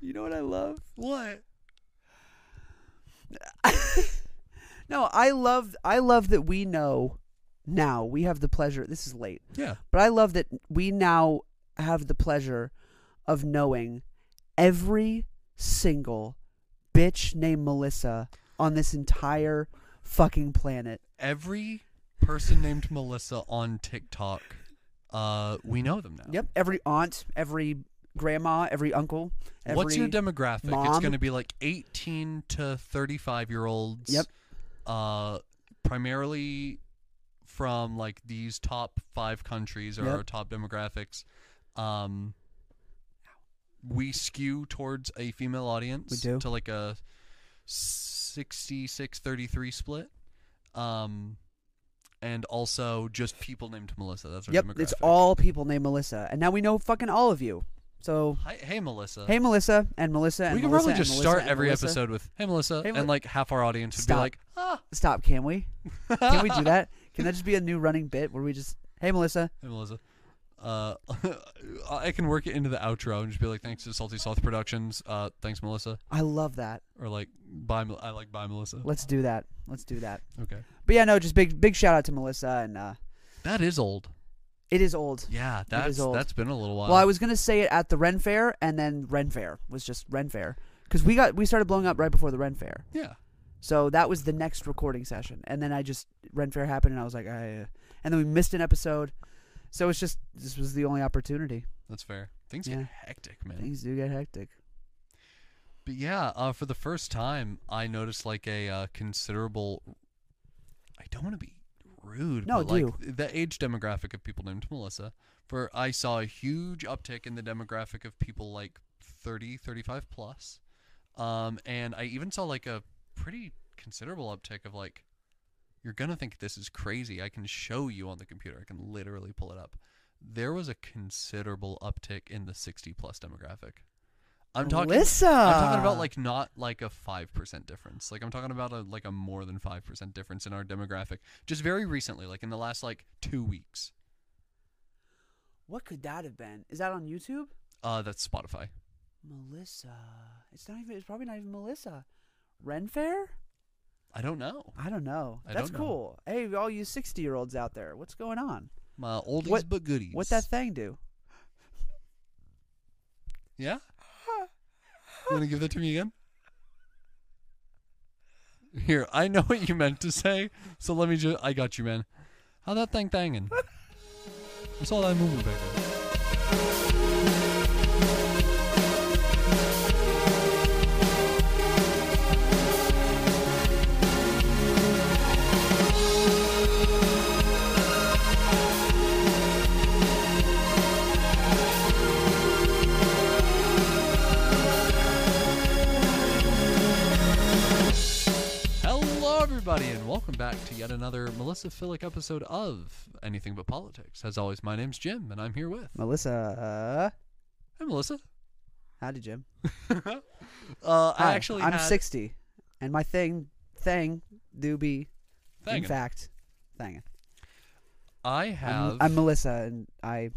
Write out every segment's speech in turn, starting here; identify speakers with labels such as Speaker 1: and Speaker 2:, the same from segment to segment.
Speaker 1: You know what I love?
Speaker 2: What?
Speaker 1: No, I love I love that we know now. We have the pleasure. This is late.
Speaker 2: Yeah.
Speaker 1: But I love that we now have the pleasure of knowing every single bitch named Melissa on this entire fucking planet.
Speaker 2: Every person named Melissa on TikTok, uh, we know them now.
Speaker 1: Yep, every aunt, every grandma, every uncle, every
Speaker 2: What's your demographic? It's
Speaker 1: mom.
Speaker 2: going to be like 18 to 35 year olds.
Speaker 1: Yep.
Speaker 2: Uh, primarily from like these top five countries or
Speaker 1: Yep.
Speaker 2: our top demographics. Um, we skew towards a female audience
Speaker 1: We do.
Speaker 2: to like a 66 33 split. Um, and also just people named Melissa. That's our
Speaker 1: Yep,
Speaker 2: demographic.
Speaker 1: it's all people named Melissa. And now we know fucking all of you. So,
Speaker 2: Hi, hey, Melissa.
Speaker 1: hey Melissa and Melissa and
Speaker 2: we could
Speaker 1: Melissa
Speaker 2: probably
Speaker 1: and
Speaker 2: just
Speaker 1: Melissa
Speaker 2: start
Speaker 1: and
Speaker 2: every
Speaker 1: Melissa.
Speaker 2: episode with "Hey Melissa,"
Speaker 1: Hey, Mel-
Speaker 2: and like half our audience would
Speaker 1: Stop.
Speaker 2: be like, "Ah,
Speaker 1: Stop, can we? Can we do that? Can that just be a new running bit where we just, hey Melissa,
Speaker 2: hey Melissa." Uh, I can work it into the outro and just be like, "Thanks to Salty South Productions, uh, thanks Melissa,"
Speaker 1: I love that.
Speaker 2: or like, "Bye, Mel- I like bye Melissa."
Speaker 1: Let's do that. Let's do that.
Speaker 2: Okay,
Speaker 1: But yeah, no, just big big shout out to Melissa and uh
Speaker 2: that is old.
Speaker 1: it is old.
Speaker 2: Yeah, that's
Speaker 1: old.
Speaker 2: that's been a little while.
Speaker 1: Well, I was gonna say it at the Ren Fair and then Ren Fair was just Ren Fair. Because we got we started blowing up right before the Ren Fair.
Speaker 2: yeah,
Speaker 1: So that was the next recording session. And then I just Ren Fair happened and I was like, I uh, and then we missed an episode. So it's just this was the only opportunity.
Speaker 2: that's fair. Things
Speaker 1: Yeah.
Speaker 2: get hectic, man.
Speaker 1: Things do get hectic.
Speaker 2: But yeah, uh, for the first time, I noticed like a uh, considerable. I don't want to be rude.
Speaker 1: No,
Speaker 2: but, like
Speaker 1: do.
Speaker 2: th- the age demographic of people named Melissa. For I saw a huge uptick in the demographic of people like 30, 35 plus, um, and I even saw like a pretty considerable uptick of like, you're gonna think this is crazy. I can show you on the computer. I can literally pull it up. There was a considerable uptick in the 60 plus demographic. I'm talking.
Speaker 1: Melissa.
Speaker 2: I'm talking
Speaker 1: Uh.
Speaker 2: about like not like a five percent difference. Like I'm talking about a like a more than five percent difference in our demographic. Just very recently, like in the last like two weeks.
Speaker 1: what could that have been? Is that on YouTube?
Speaker 2: Uh that's Spotify.
Speaker 1: Melissa. It's not even. It's probably not even Melissa. Ren Fair?
Speaker 2: I don't know.
Speaker 1: I don't know.
Speaker 2: I
Speaker 1: That's
Speaker 2: don't know.
Speaker 1: cool. Hey, all you sixty-year-olds out there, what's going on?
Speaker 2: My oldies
Speaker 1: What-
Speaker 2: but goodies.
Speaker 1: What that thing do?
Speaker 2: yeah? You wanna give that to me again? Here, I know what you meant to say, so let me just I got you, man. How that thing thangin'? I saw that moving back there. Hello, everybody, and welcome back to yet another Melissa Philic episode of Anything But Politics. As always, my name's Jim, and I'm here with.
Speaker 1: Melissa.
Speaker 2: Hey, Melissa.
Speaker 1: Howdy, Jim.
Speaker 2: uh, I
Speaker 1: Hi,
Speaker 2: actually
Speaker 1: I'm
Speaker 2: had-
Speaker 1: sixty, and my thing thing do be in
Speaker 2: Thangin'.
Speaker 1: fact thing.
Speaker 2: I
Speaker 1: I'm,
Speaker 2: have.
Speaker 1: I'm Melissa, and I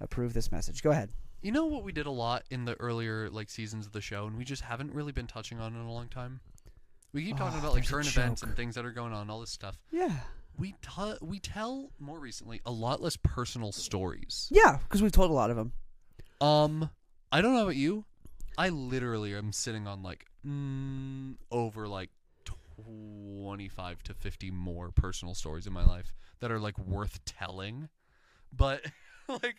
Speaker 1: approve this message. Go ahead.
Speaker 2: you know what we did a lot in the earlier like seasons of the show, and we just haven't really been touching on in a long time. We keep talking
Speaker 1: Oh,
Speaker 2: about like
Speaker 1: there's a
Speaker 2: current events
Speaker 1: joke.
Speaker 2: and things that are going on, all this stuff.
Speaker 1: Yeah.
Speaker 2: We t- we tell more recently a lot less personal stories.
Speaker 1: Yeah, because we've told a lot of them.
Speaker 2: Um, I don't know about you. I literally am sitting on like mm, over like twenty-five to fifty more personal stories in my life that are like worth telling, but like.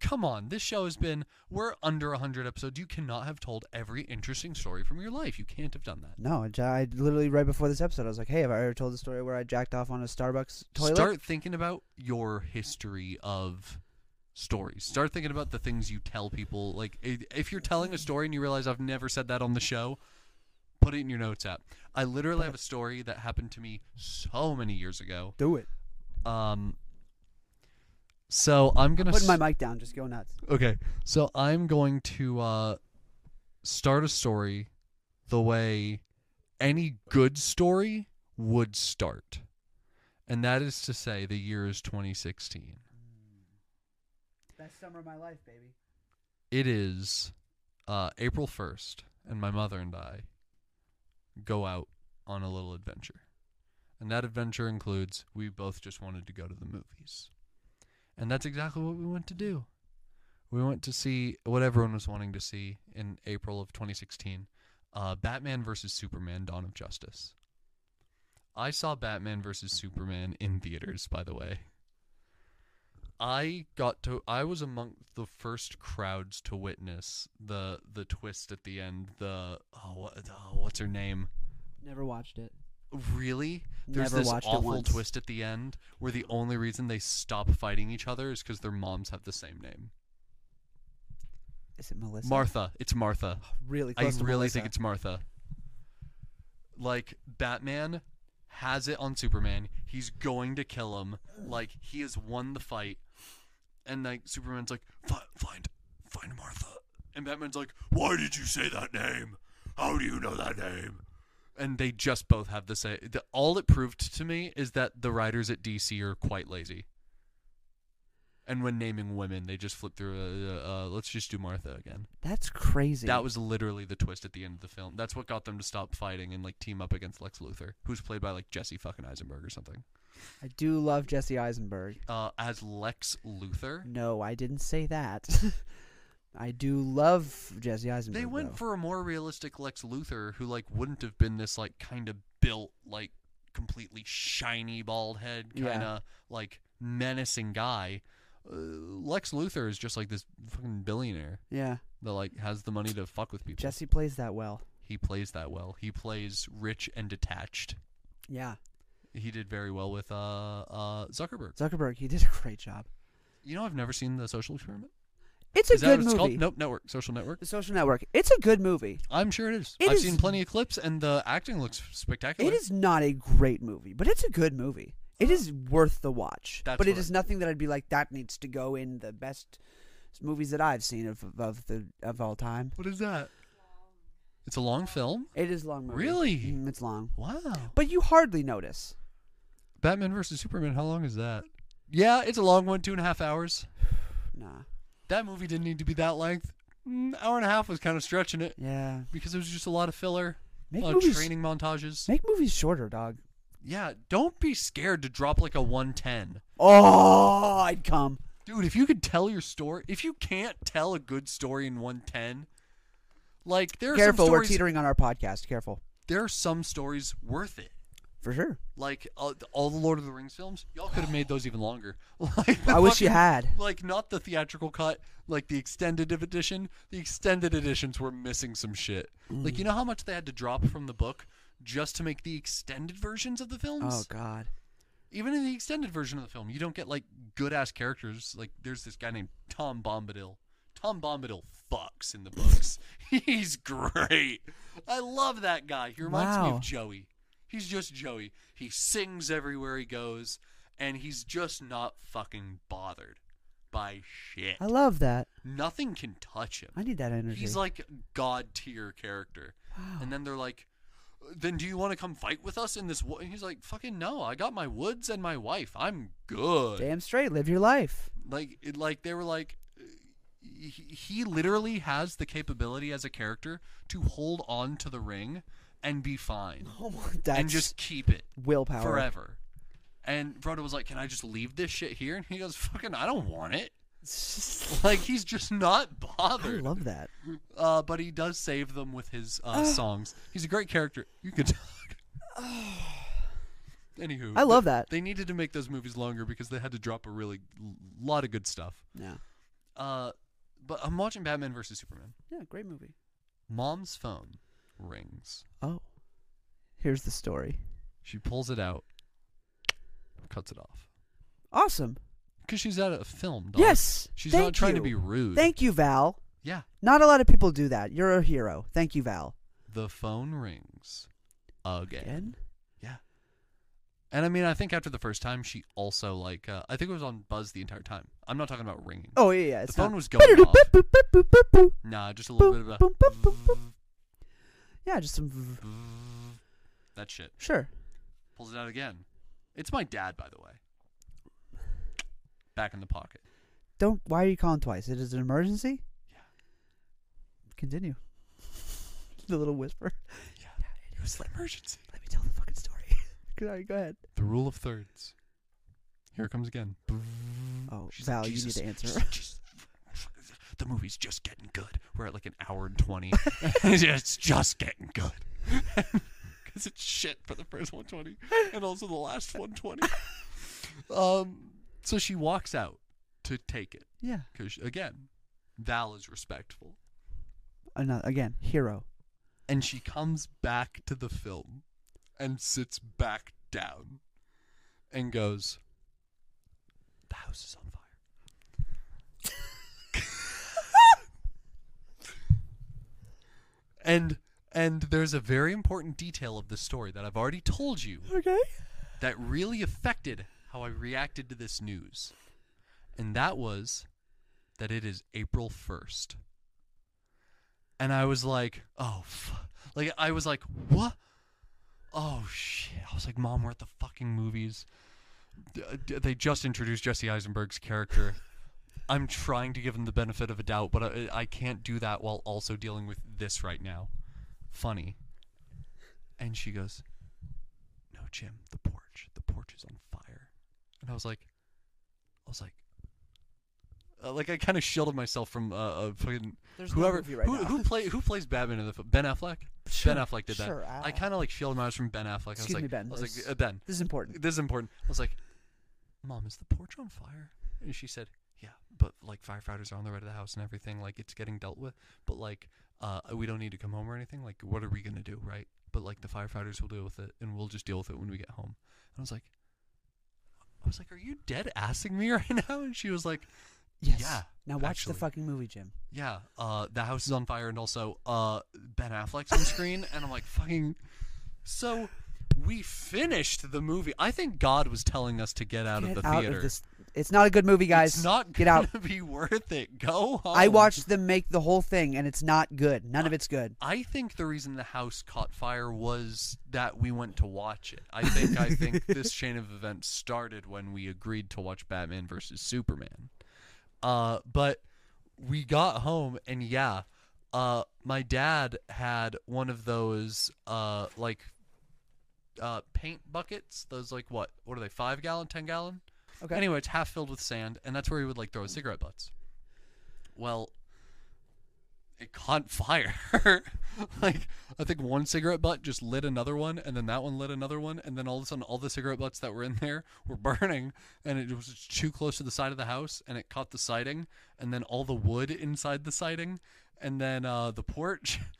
Speaker 2: Come on, this show has been we're under 100 episodes. You cannot have told every interesting story from your life. You can't have done that.
Speaker 1: No, I j- I literally right before this episode, I was like, "Hey, have I ever told the story where I jacked off on a Starbucks toilet?"
Speaker 2: Start thinking about your history of stories. Start thinking about the things you tell people. Like i- if you're telling a story and you realize I've never said that on the show, put it in your notes app. I literally have a story that happened to me so many years ago.
Speaker 1: Do it.
Speaker 2: Um so I'm going to
Speaker 1: Putting my mic down, just go nuts.
Speaker 2: Okay. So I'm going to uh start a story the way any good story would start. And that is to say the year is 2016.
Speaker 1: Best summer of my life, baby.
Speaker 2: It is uh, April 1st, and my mother and I go out on a little adventure. And that adventure includes we both just wanted to go to the movies. And that's exactly what we went to do. We went to see what everyone was wanting to see in April of 2016 uh, Batman versus Superman Dawn of Justice. I saw Batman versus Superman in theaters, by the way. I got to I was among the first crowds to witness the the twist at the end, the oh, what, oh what's her name?
Speaker 1: Never watched it.
Speaker 2: Really? There's
Speaker 1: Never
Speaker 2: this
Speaker 1: watched it
Speaker 2: awful
Speaker 1: once.
Speaker 2: twist at the end where the only reason they stop fighting each other is because their moms have the same name.
Speaker 1: Is it Melissa?
Speaker 2: Martha. It's Martha.
Speaker 1: really
Speaker 2: I
Speaker 1: close to
Speaker 2: really
Speaker 1: Melissa.
Speaker 2: think it's Martha. Like Batman has it on Superman. He's going to kill him. Like he has won the fight, and like Superman's like, "Fi- find, find Martha, and Batman's like, why did you say that name? How do you know that name? And they just both have the same. The, all it proved to me is that the writers at DC are quite lazy. And when naming women, they just flip through. Uh, uh, let's just do Martha again.
Speaker 1: That's crazy.
Speaker 2: That was literally the twist at the end of the film. That's what got them to stop fighting and like team up against Lex Luthor, who's played by like Jesse fucking Eisenberg or something.
Speaker 1: I do love Jesse Eisenberg.
Speaker 2: Uh, as Lex Luthor,
Speaker 1: No, I didn't say that. I do love Jesse Eisenberg.
Speaker 2: they
Speaker 1: though.
Speaker 2: went for a more realistic Lex Luthor, who like wouldn't have been this like kind of built like completely shiny bald head kind
Speaker 1: Yeah.
Speaker 2: of like menacing guy. Uh, Lex Luthor is just like this fucking billionaire
Speaker 1: yeah.
Speaker 2: that like has the money to fuck with people.
Speaker 1: Jesse plays that well.
Speaker 2: he plays that well. He plays rich and detached.
Speaker 1: Yeah,
Speaker 2: He did very well with uh, uh, Zuckerberg.
Speaker 1: Zuckerberg, he did a great job.
Speaker 2: You know, I've never seen the Social Experiment.
Speaker 1: It's a
Speaker 2: is that
Speaker 1: good
Speaker 2: what it's
Speaker 1: movie.
Speaker 2: called? Nope, Network, Social Network.
Speaker 1: The Social Network. It's a good movie.
Speaker 2: I'm sure it is.
Speaker 1: It
Speaker 2: I've
Speaker 1: is-
Speaker 2: seen plenty of clips, and the acting looks spectacular.
Speaker 1: It is not a great movie, but it's a good movie. It is worth the watch.
Speaker 2: That's
Speaker 1: but it
Speaker 2: what I-
Speaker 1: is nothing that I'd be like that needs to go in the best movies that I've seen of of the of all time.
Speaker 2: What is that? It's a long film.
Speaker 1: It is a long movie.
Speaker 2: Really?
Speaker 1: Mm, it's long,
Speaker 2: Wow.
Speaker 1: but you hardly notice.
Speaker 2: Batman versus Superman. How long is that? Yeah, it's a long one, two and a half hours.
Speaker 1: Nah.
Speaker 2: That movie didn't need to be that length. Mm, hour and a half was kind of stretching it
Speaker 1: Yeah.
Speaker 2: because it was just a lot of filler,
Speaker 1: Make
Speaker 2: a lot
Speaker 1: movies.
Speaker 2: of training montages.
Speaker 1: Make movies shorter, dog.
Speaker 2: Yeah, don't be scared to drop like a 110.
Speaker 1: Oh, I'd come.
Speaker 2: Dude, if you could tell your story, if you can't tell a good story in 110, like there are
Speaker 1: Careful,
Speaker 2: some
Speaker 1: we're
Speaker 2: stories,
Speaker 1: teetering on our podcast. Careful,
Speaker 2: there are some stories worth it.
Speaker 1: for sure.
Speaker 2: Like uh, all the Lord of the Rings films, y'all could have made those even longer. Like the
Speaker 1: I wish you
Speaker 2: fucking-
Speaker 1: had.
Speaker 2: Like not the theatrical cut, like the extended edition. The extended editions were missing some shit. Like you know how much they had to drop from the book just to make the extended versions of the films.
Speaker 1: Oh God.
Speaker 2: even in the extended version of the film, you don't get like good ass characters. Like there's this guy named Tom Bombadil. Tom Bombadil fucks in the books. He's great. I love that guy. He reminds me
Speaker 1: Wow.
Speaker 2: of Joey. He's just Joey. He sings everywhere he goes, and he's just not fucking bothered by shit.
Speaker 1: I love that.
Speaker 2: Nothing can touch him.
Speaker 1: I need that energy.
Speaker 2: He's like god tier character. And then they're like, then do you want to come fight with us in this? Wo-? And he's like, fucking no. I got my woods and my wife. I'm good.
Speaker 1: Damn straight, live your life.
Speaker 2: Like, it, like they were like, uh, he, he literally has the capability as a character to hold on to the ring and be fine
Speaker 1: Oh my, that's
Speaker 2: and just keep it
Speaker 1: willpower.
Speaker 2: forever. And Frodo was like, "Can I just leave this shit here?" And he goes, "Fucking, I don't want it." Like he's just not
Speaker 1: I
Speaker 2: bothered.
Speaker 1: love that.
Speaker 2: uh, but he does save them with his uh, songs. He's a great character. You can talk. Anywho,
Speaker 1: I love that.
Speaker 2: They needed to make those movies longer because they had to drop a really l- lot of good stuff.
Speaker 1: Yeah.
Speaker 2: Uh, but I'm watching Batman versus Superman.
Speaker 1: Yeah, great movie.
Speaker 2: Mom's phone rings.
Speaker 1: Oh. Here's the story.
Speaker 2: She pulls it out, cuts it off
Speaker 1: Awesome.
Speaker 2: because she's at a film. Dog.
Speaker 1: Yes.
Speaker 2: she's
Speaker 1: Thank
Speaker 2: not trying to
Speaker 1: you.
Speaker 2: be rude.
Speaker 1: Thank you, Val.
Speaker 2: yeah,
Speaker 1: Not a lot of people do that. You're a hero. Thank you, Val.
Speaker 2: the phone rings again.
Speaker 1: Again?
Speaker 2: Yeah. And I mean, I think after the first time, she also like uh, I think it was on buzz the entire time. I'm not talking about ringing.
Speaker 1: Oh yeah, yeah. It's
Speaker 2: phone
Speaker 1: not-
Speaker 2: was going
Speaker 1: Ba-do-do,
Speaker 2: off.
Speaker 1: boop, boop, boop, boop, boop.
Speaker 2: Nah, just a little bit of
Speaker 1: Boop,
Speaker 2: a
Speaker 1: boop, boop, boop, boop. Yeah, just some. v-
Speaker 2: that shit
Speaker 1: Sure.
Speaker 2: pulls it out again. It's my dad, by the way. Back in the pocket.
Speaker 1: Don't. Why are you calling twice? It is an emergency.
Speaker 2: Yeah.
Speaker 1: Continue. the little whisper.
Speaker 2: Yeah, it was an emergency.
Speaker 1: Let me tell the fucking story. Sorry, go ahead.
Speaker 2: The rule of thirds. Here it comes again.
Speaker 1: Oh,
Speaker 2: She's like,
Speaker 1: Val, you need
Speaker 2: "Jesus."
Speaker 1: to answer.
Speaker 2: She's like, "Jesus." The movie's just getting good. We're at like an hour and 20. it's just getting good. Because it's shit for the first 120 and also the last 120. Um, so she walks out to take it.
Speaker 1: yeah.
Speaker 2: Because, again, Val is respectful.
Speaker 1: Another, again, hero.
Speaker 2: And she comes back to the film and sits back down and goes, The house is on fire. and and there's a very important detail of the story that I've already told you
Speaker 1: Okay.
Speaker 2: that really affected how I reacted to this news. And that was that it is April 1st. And I was like, oh, f-. like I was like, what? Oh shit. I was like, mom, we're at the fucking movies. D- d- They just introduced Jesse Eisenberg's character. I'm trying to give him the benefit of a doubt, but I, I can't do that while also dealing with this right now. Funny. And she goes, no, Jim, the porch. The porch is on fire. And I was like, I was like, uh, like I kind of shielded myself from uh, uh fucking
Speaker 1: There's no
Speaker 2: whoever
Speaker 1: movie right
Speaker 2: who,
Speaker 1: now.
Speaker 2: who play who plays Batman in the f- Ben Affleck.
Speaker 1: Sure,
Speaker 2: ben Affleck did that.
Speaker 1: sure, I-
Speaker 2: I kind of like shielded my eyes from Ben Affleck.
Speaker 1: Excuse
Speaker 2: I was like,
Speaker 1: me, Ben,
Speaker 2: I was
Speaker 1: this-
Speaker 2: like, uh, Ben,
Speaker 1: This is important.
Speaker 2: this is important. I was like, Mom, is the porch on fire? And she said, Yeah, but like firefighters are on the way to the house and everything. Like it's getting dealt with. But like, uh, we don't need to come home or anything. Like, what are we gonna do, right? But like, the firefighters will deal with it, and we'll just deal with it when we get home. And I was like, I was like, Are you dead assing me right now? And she was like,
Speaker 1: Yes.
Speaker 2: yeah,
Speaker 1: Now watch
Speaker 2: actually.
Speaker 1: the fucking movie, Jim.
Speaker 2: Yeah, uh, the house is on fire, and also uh, Ben Affleck's on screen, and I'm like, fucking. So we finished the movie. I think God was telling us to get out
Speaker 1: Get
Speaker 2: of the
Speaker 1: out
Speaker 2: theater.
Speaker 1: of this. It's not a good movie, guys.
Speaker 2: it's not
Speaker 1: Get out.
Speaker 2: gonna be worth it. Go home.
Speaker 1: I watched them make the whole thing, and it's not good. None of it's good.
Speaker 2: I think the reason the house caught fire was that we went to watch it. I think I think this chain of events started when we agreed to watch Batman versus Superman. Uh, but we got home and yeah, uh, my dad had one of those uh like uh paint buckets. Those like what? What are they? Five gallon, ten gallon?
Speaker 1: Okay.
Speaker 2: Anyway, it's half filled with sand, and that's where he would like throw his cigarette butts. Well, it caught fire. like I think one cigarette butt just lit another one, and then that one lit another one, and then all of a sudden all the cigarette butts that were in there were burning, and it was too close to the side of the house, and it caught the siding, and then all the wood inside the siding, and then uh, the porch.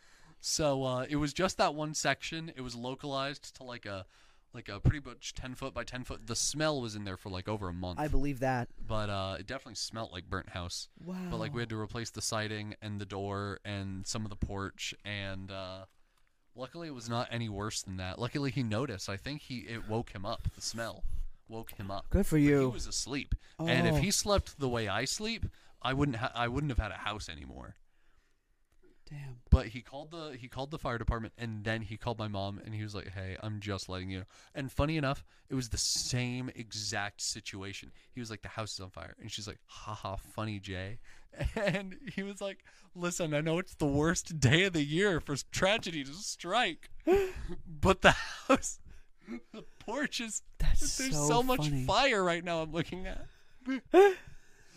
Speaker 2: So uh, it was just that one section. It was localized to like a like a pretty much ten foot by ten foot. The smell was in there for like over a month,
Speaker 1: I believe that.
Speaker 2: but uh, it definitely smelt like burnt house.
Speaker 1: Wow.
Speaker 2: But like we had to replace the siding and the door and some of the porch and uh, luckily it was not any worse than that. Luckily he noticed. I think he it woke him up. The smell woke him up.
Speaker 1: Good for
Speaker 2: But
Speaker 1: you.
Speaker 2: He was asleep. And
Speaker 1: Oh.
Speaker 2: if he slept the way I sleep, I wouldn't ha- I wouldn't have had a house anymore.
Speaker 1: Damn.
Speaker 2: But he called the he called the fire department and then he called my mom and he was like, "Hey, I'm just letting you." know. And funny enough, it was the same exact situation. He was like, "The house is on fire," and she's like, "Ha ha, funny Jay." And he was like, "Listen, I know it's the worst day of the year for tragedy to strike, but the house, the porch is
Speaker 1: That's
Speaker 2: there's
Speaker 1: so
Speaker 2: so, much
Speaker 1: funny.
Speaker 2: fire right now. I'm looking at."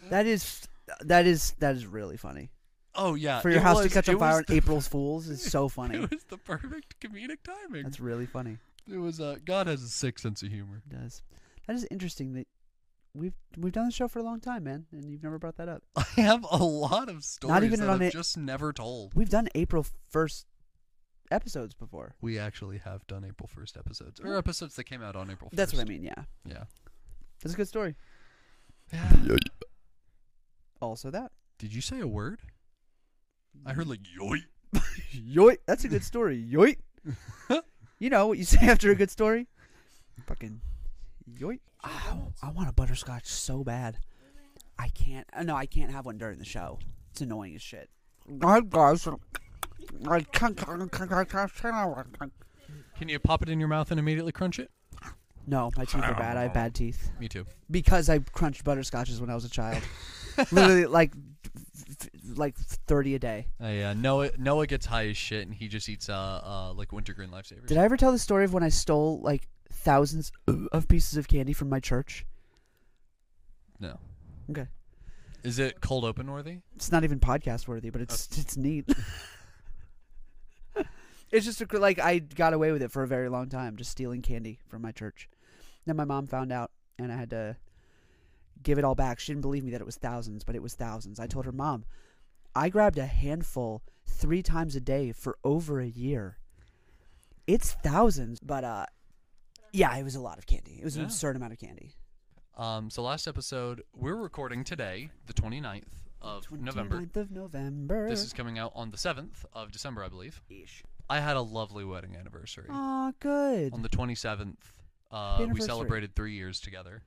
Speaker 1: That is. That is. That is really funny.
Speaker 2: Oh yeah,
Speaker 1: For your
Speaker 2: it
Speaker 1: house to
Speaker 2: was-
Speaker 1: catch
Speaker 2: it
Speaker 1: on fire on
Speaker 2: was the-
Speaker 1: April's Fools is so funny.
Speaker 2: It was the perfect comedic timing.
Speaker 1: That's really funny.
Speaker 2: It was uh, God has a sick sense of humor.
Speaker 1: It does. That is interesting that we've we've done the show for a long time, man, and you've never brought that up.
Speaker 2: I have a lot of stories
Speaker 1: even
Speaker 2: that
Speaker 1: on
Speaker 2: I've
Speaker 1: it-
Speaker 2: just never told.
Speaker 1: We've done April first episodes before.
Speaker 2: We actually have done April first episodes or
Speaker 1: Yeah.
Speaker 2: episodes that came out on April. 1st.
Speaker 1: Mm. That's what I mean. Yeah,
Speaker 2: Yeah.
Speaker 1: that's a good story.
Speaker 2: yeah.
Speaker 1: Also, that
Speaker 2: Did you say a word? I heard like yoy.
Speaker 1: yoit. That's a good story. Yoit. you know what you say after a good story? Fucking yoit. Ow, I want a butterscotch so bad. I can't. uh, No, I can't have one during the show. It's annoying as shit.
Speaker 2: Can you pop it in your mouth and immediately crunch it?
Speaker 1: No, my teeth are bad. I have bad teeth
Speaker 2: Me too.
Speaker 1: because I crunched butterscotches when I was a child. Literally, like, f- f- like thirty a day.
Speaker 2: Uh, yeah, Noah Noah gets high as shit, and he just eats uh, uh like wintergreen lifesavers.
Speaker 1: Did I ever tell the story of when I stole like thousands of pieces of candy from my church?
Speaker 2: No.
Speaker 1: Okay.
Speaker 2: Is it cold open worthy?
Speaker 1: It's not even podcast worthy, but it's it's neat. it's just a, cr- like I got away with it for a very long time, just stealing candy from my church. Then my mom found out, and I had to give it all back. She didn't believe me that it was thousands, but it was thousands. I told her mom, I grabbed a handful three times a day for over a year. It's thousands, but uh, yeah, it was a lot of candy. It was an
Speaker 2: Yeah.
Speaker 1: absurd amount of candy.
Speaker 2: Um, so last episode, we're recording today, the 29th of November.
Speaker 1: 29th of November.
Speaker 2: This is coming out on the 7th of December, I believe.
Speaker 1: Ish.
Speaker 2: I had a lovely wedding anniversary.
Speaker 1: Aw, good.
Speaker 2: On the 27th, uh, we
Speaker 1: anniversary.
Speaker 2: celebrated three years together.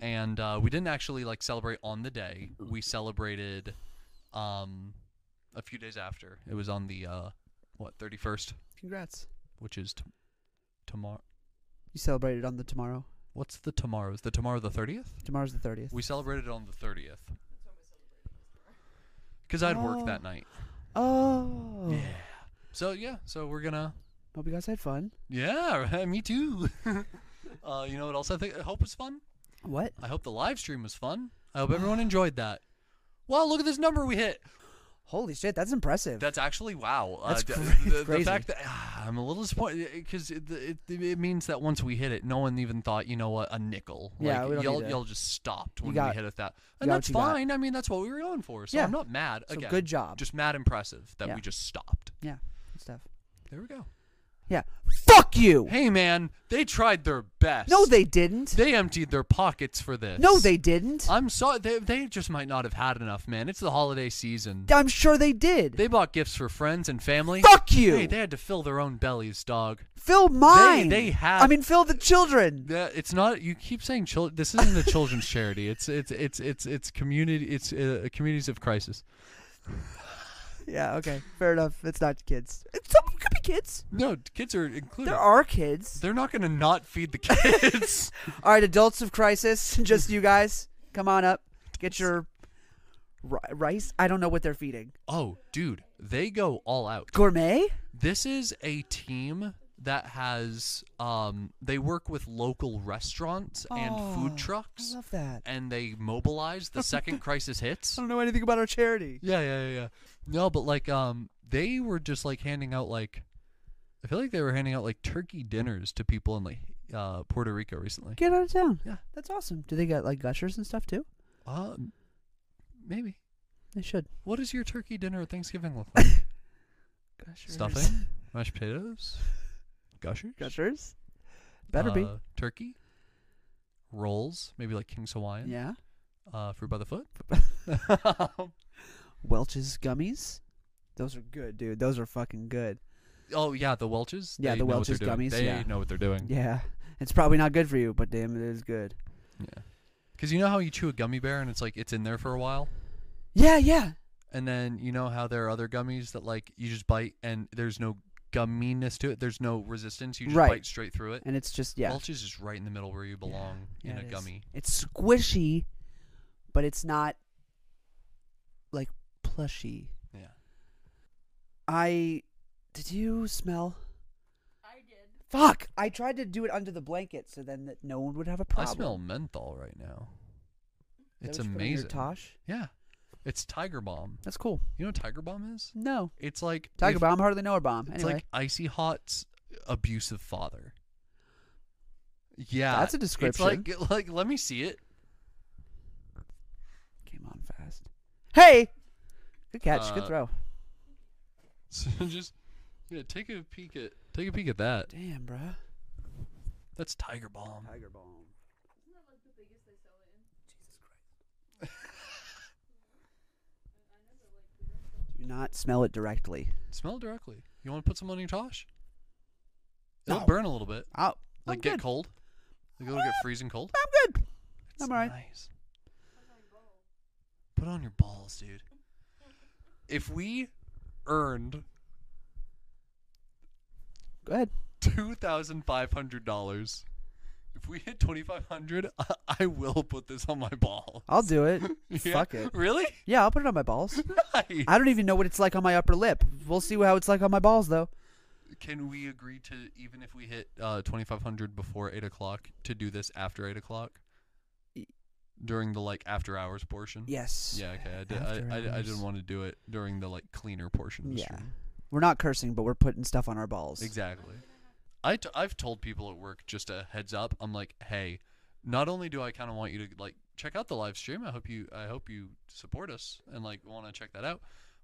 Speaker 2: And uh, we didn't actually like celebrate on the day. We celebrated um, a few days after. It was on the uh, what 31st,
Speaker 1: Congrats.
Speaker 2: which is t- tomorrow.
Speaker 1: You celebrated on the tomorrow.
Speaker 2: What's the tomorrow? Is the tomorrow the 30th?
Speaker 1: Tomorrow's the 30th.
Speaker 2: We celebrated on the 30th. Because I'd
Speaker 1: Oh.
Speaker 2: work that night.
Speaker 1: oh.
Speaker 2: Yeah. So, yeah. So we're going to.
Speaker 1: Hope you guys had fun.
Speaker 2: Yeah, me too. uh, you know what else I think? I hope was fun.
Speaker 1: What?
Speaker 2: I hope the live stream was fun. I hope everyone enjoyed that. Wow, look at this number we hit.
Speaker 1: Holy shit, that's impressive.
Speaker 2: That's actually wow.
Speaker 1: That's
Speaker 2: uh, d-
Speaker 1: cra-
Speaker 2: the, the
Speaker 1: crazy.
Speaker 2: fact that ah, I'm a little disappointed because it, it, it, it means that once we hit it, no one even thought, you know what, a nickel.
Speaker 1: Yeah,
Speaker 2: like,
Speaker 1: we don't
Speaker 2: y'all,
Speaker 1: need to-
Speaker 2: y'all just stopped when
Speaker 1: got-
Speaker 2: we hit it that,
Speaker 1: you
Speaker 2: and
Speaker 1: got
Speaker 2: that's
Speaker 1: what you got.
Speaker 2: fine. I mean, that's what we were going for. So
Speaker 1: Yeah.
Speaker 2: I'm not mad.
Speaker 1: so
Speaker 2: Again,
Speaker 1: good job.
Speaker 2: Just mad impressive that
Speaker 1: Yeah.
Speaker 2: we just stopped.
Speaker 1: yeah, good stuff.
Speaker 2: There we go.
Speaker 1: Yeah. Fuck you!
Speaker 2: Hey man, they tried their best.
Speaker 1: No, they didn't.
Speaker 2: They emptied their pockets for this.
Speaker 1: no, they didn't.
Speaker 2: I'm sorry. They, they just might not have had enough, man. It's the holiday season.
Speaker 1: I'm sure they did.
Speaker 2: They bought gifts for friends and family.
Speaker 1: Fuck you!
Speaker 2: Hey, they had to fill their own bellies, dog.
Speaker 1: fill mine!
Speaker 2: they
Speaker 1: I
Speaker 2: had-
Speaker 1: mean, fill the children!
Speaker 2: Yeah, It's not. You keep saying chil- This isn't a children's charity. It's it's it's it's it's community. It's uh, communities of crisis.
Speaker 1: Yeah, okay. Fair enough. It's not kids. It's, some could be kids.
Speaker 2: No, kids are included.
Speaker 1: There are kids.
Speaker 2: They're not going to not feed the kids.
Speaker 1: All right, adults of crisis, just you guys, come on up. Get your ri- rice. I don't know what they're feeding.
Speaker 2: oh, dude, they go all out.
Speaker 1: Gourmet?
Speaker 2: This is a team that has um they work with local restaurants and
Speaker 1: Oh,
Speaker 2: food trucks.
Speaker 1: I love that.
Speaker 2: and they mobilize the second crisis hits.
Speaker 1: I don't know anything about our charity.
Speaker 2: Yeah, yeah, yeah, yeah. No, but like, um, they were just like handing out like, I feel like they were handing out like turkey dinners to people in like uh, Puerto Rico recently.
Speaker 1: Get out of town.
Speaker 2: Yeah.
Speaker 1: That's awesome. Do they got like gushers and stuff too?
Speaker 2: Uh,
Speaker 1: mm.
Speaker 2: maybe.
Speaker 1: They should.
Speaker 2: What does your turkey dinner at Thanksgiving look like?
Speaker 1: Gushers.
Speaker 2: Stuffing, mashed potatoes, gushers,
Speaker 1: Gushers? Better be.
Speaker 2: uh, turkey, rolls, maybe like King's Hawaiian,
Speaker 1: Yeah.
Speaker 2: uh, fruit by the foot.
Speaker 1: Welch's gummies. Those are good, dude. Those are fucking good.
Speaker 2: oh yeah, the Welch's.
Speaker 1: Yeah,
Speaker 2: they
Speaker 1: the
Speaker 2: know what they're
Speaker 1: Welch's
Speaker 2: doing.
Speaker 1: gummies,
Speaker 2: They
Speaker 1: yeah.
Speaker 2: know what they're doing.
Speaker 1: Yeah. It's probably not good for you, but damn, it is good.
Speaker 2: Yeah. Because you know how you chew a gummy bear and it's like it's in there for a while?
Speaker 1: Yeah, yeah.
Speaker 2: And then you know how there are other gummies that like you just bite and there's no gumminess to it, there's no resistance. You just
Speaker 1: Right.
Speaker 2: bite straight through it.
Speaker 1: And it's just, yeah.
Speaker 2: Welch's is right in the middle where you belong
Speaker 1: Yeah,
Speaker 2: in
Speaker 1: it
Speaker 2: a
Speaker 1: is.
Speaker 2: gummy.
Speaker 1: It's squishy, but it's not like plushy.
Speaker 2: Yeah.
Speaker 1: I did you smell? I did. Fuck! I tried to do it under the blanket so then that no one would have a problem.
Speaker 2: I smell menthol right now.
Speaker 1: Is
Speaker 2: It's
Speaker 1: that what you put in your
Speaker 2: amazing.
Speaker 1: Tosh.
Speaker 2: Yeah. It's Tiger Bomb.
Speaker 1: That's cool.
Speaker 2: You know what Tiger Bomb is?
Speaker 1: No,
Speaker 2: It's like
Speaker 1: Tiger
Speaker 2: if-
Speaker 1: Bomb hardly know her bomb.
Speaker 2: It's
Speaker 1: Anyway,
Speaker 2: like Icy Hot's abusive father. Yeah.
Speaker 1: That's a
Speaker 2: It's like like let me see it.
Speaker 1: came on fast. Hey, good catch, good
Speaker 2: Uh,
Speaker 1: throw.
Speaker 2: So just yeah, take a peek at take a peek at that.
Speaker 1: Damn, bruh.
Speaker 2: That's Tiger Bomb.
Speaker 1: Tiger Bomb. Do not smell it directly.
Speaker 2: Smell it directly. You want to put some on your tosh? It'll
Speaker 1: No.
Speaker 2: burn a little bit.
Speaker 1: Oh,
Speaker 2: Like
Speaker 1: I'm
Speaker 2: get
Speaker 1: good.
Speaker 2: cold. Like it'll get freezing cold.
Speaker 1: I'm good.
Speaker 2: It's
Speaker 1: I'm alright.
Speaker 2: Nice. Put on your balls, dude. If we earned
Speaker 1: Go ahead.
Speaker 2: two thousand five hundred dollars If we hit 2,500, I, I will put this on my ball.
Speaker 1: I'll do it.
Speaker 2: Yeah?
Speaker 1: Fuck it.
Speaker 2: Really?
Speaker 1: Yeah, I'll put it on my balls.
Speaker 2: Nice.
Speaker 1: I don't even know what it's like on my upper lip. We'll see how it's like on my balls, though.
Speaker 2: Can we agree to even if we hit uh, 2,500 before eight o'clock to do this after eight o'clock?
Speaker 1: Y-
Speaker 2: During the like after hours portion.
Speaker 1: Yes.
Speaker 2: Yeah. Okay. I did.
Speaker 1: After
Speaker 2: I, I, I
Speaker 1: hours.
Speaker 2: didn't want to do it during the like cleaner portion. Of the
Speaker 1: Yeah.
Speaker 2: stream.
Speaker 1: We're not cursing, but we're putting stuff on our balls.
Speaker 2: Exactly. I t- I've told people at work just a heads up. I'm like, hey, not only do I kind of want you to like check out the live stream. I hope you I hope you support us and like want to check that out.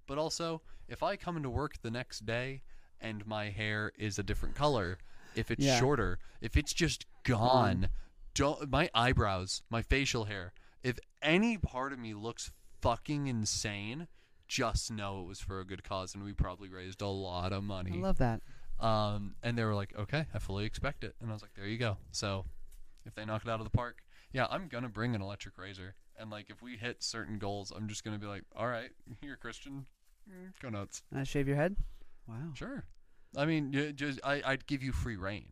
Speaker 2: But also, if I come into work the next day and my hair is a different color, if it's
Speaker 1: Yeah.
Speaker 2: shorter, if it's just gone, don't my eyebrows, my facial hair, if any part of me looks fucking insane, just know it was for a good cause and we probably raised a lot of money.
Speaker 1: I love that.
Speaker 2: Um, and they were like, okay, I fully expect it. And I was like, there you go. So if they knock it out of the park, yeah, I'm going to bring an electric razor. And like, if we hit certain goals, I'm just going to be like, all right, you're Christian. Mm, Go nuts.
Speaker 1: Can I shave your head? Wow.
Speaker 2: Sure. I mean, y- just I, I'd give you free reign.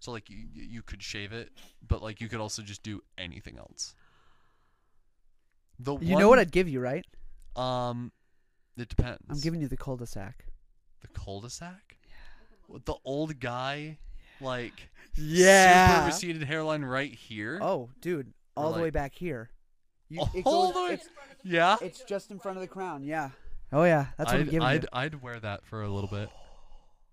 Speaker 2: So like, you, you could shave it, but like, you could also just do anything else. The
Speaker 1: You
Speaker 2: one,
Speaker 1: know what I'd give you, right?
Speaker 2: um, it depends.
Speaker 1: I'm giving you the cul-de-sac.
Speaker 2: the cul-de-sac. Yeah. The old guy, like. super receded hairline right here.
Speaker 1: Oh, dude, all the
Speaker 2: like-
Speaker 1: way back here. You, it
Speaker 2: All
Speaker 1: goes-
Speaker 2: the way-
Speaker 1: It's,
Speaker 2: yeah.
Speaker 1: it's just in front of the crown. Yeah. Oh yeah, that's what
Speaker 2: I'd,
Speaker 1: I'm giving
Speaker 2: I'd,
Speaker 1: you.
Speaker 2: I'd wear that for a little bit,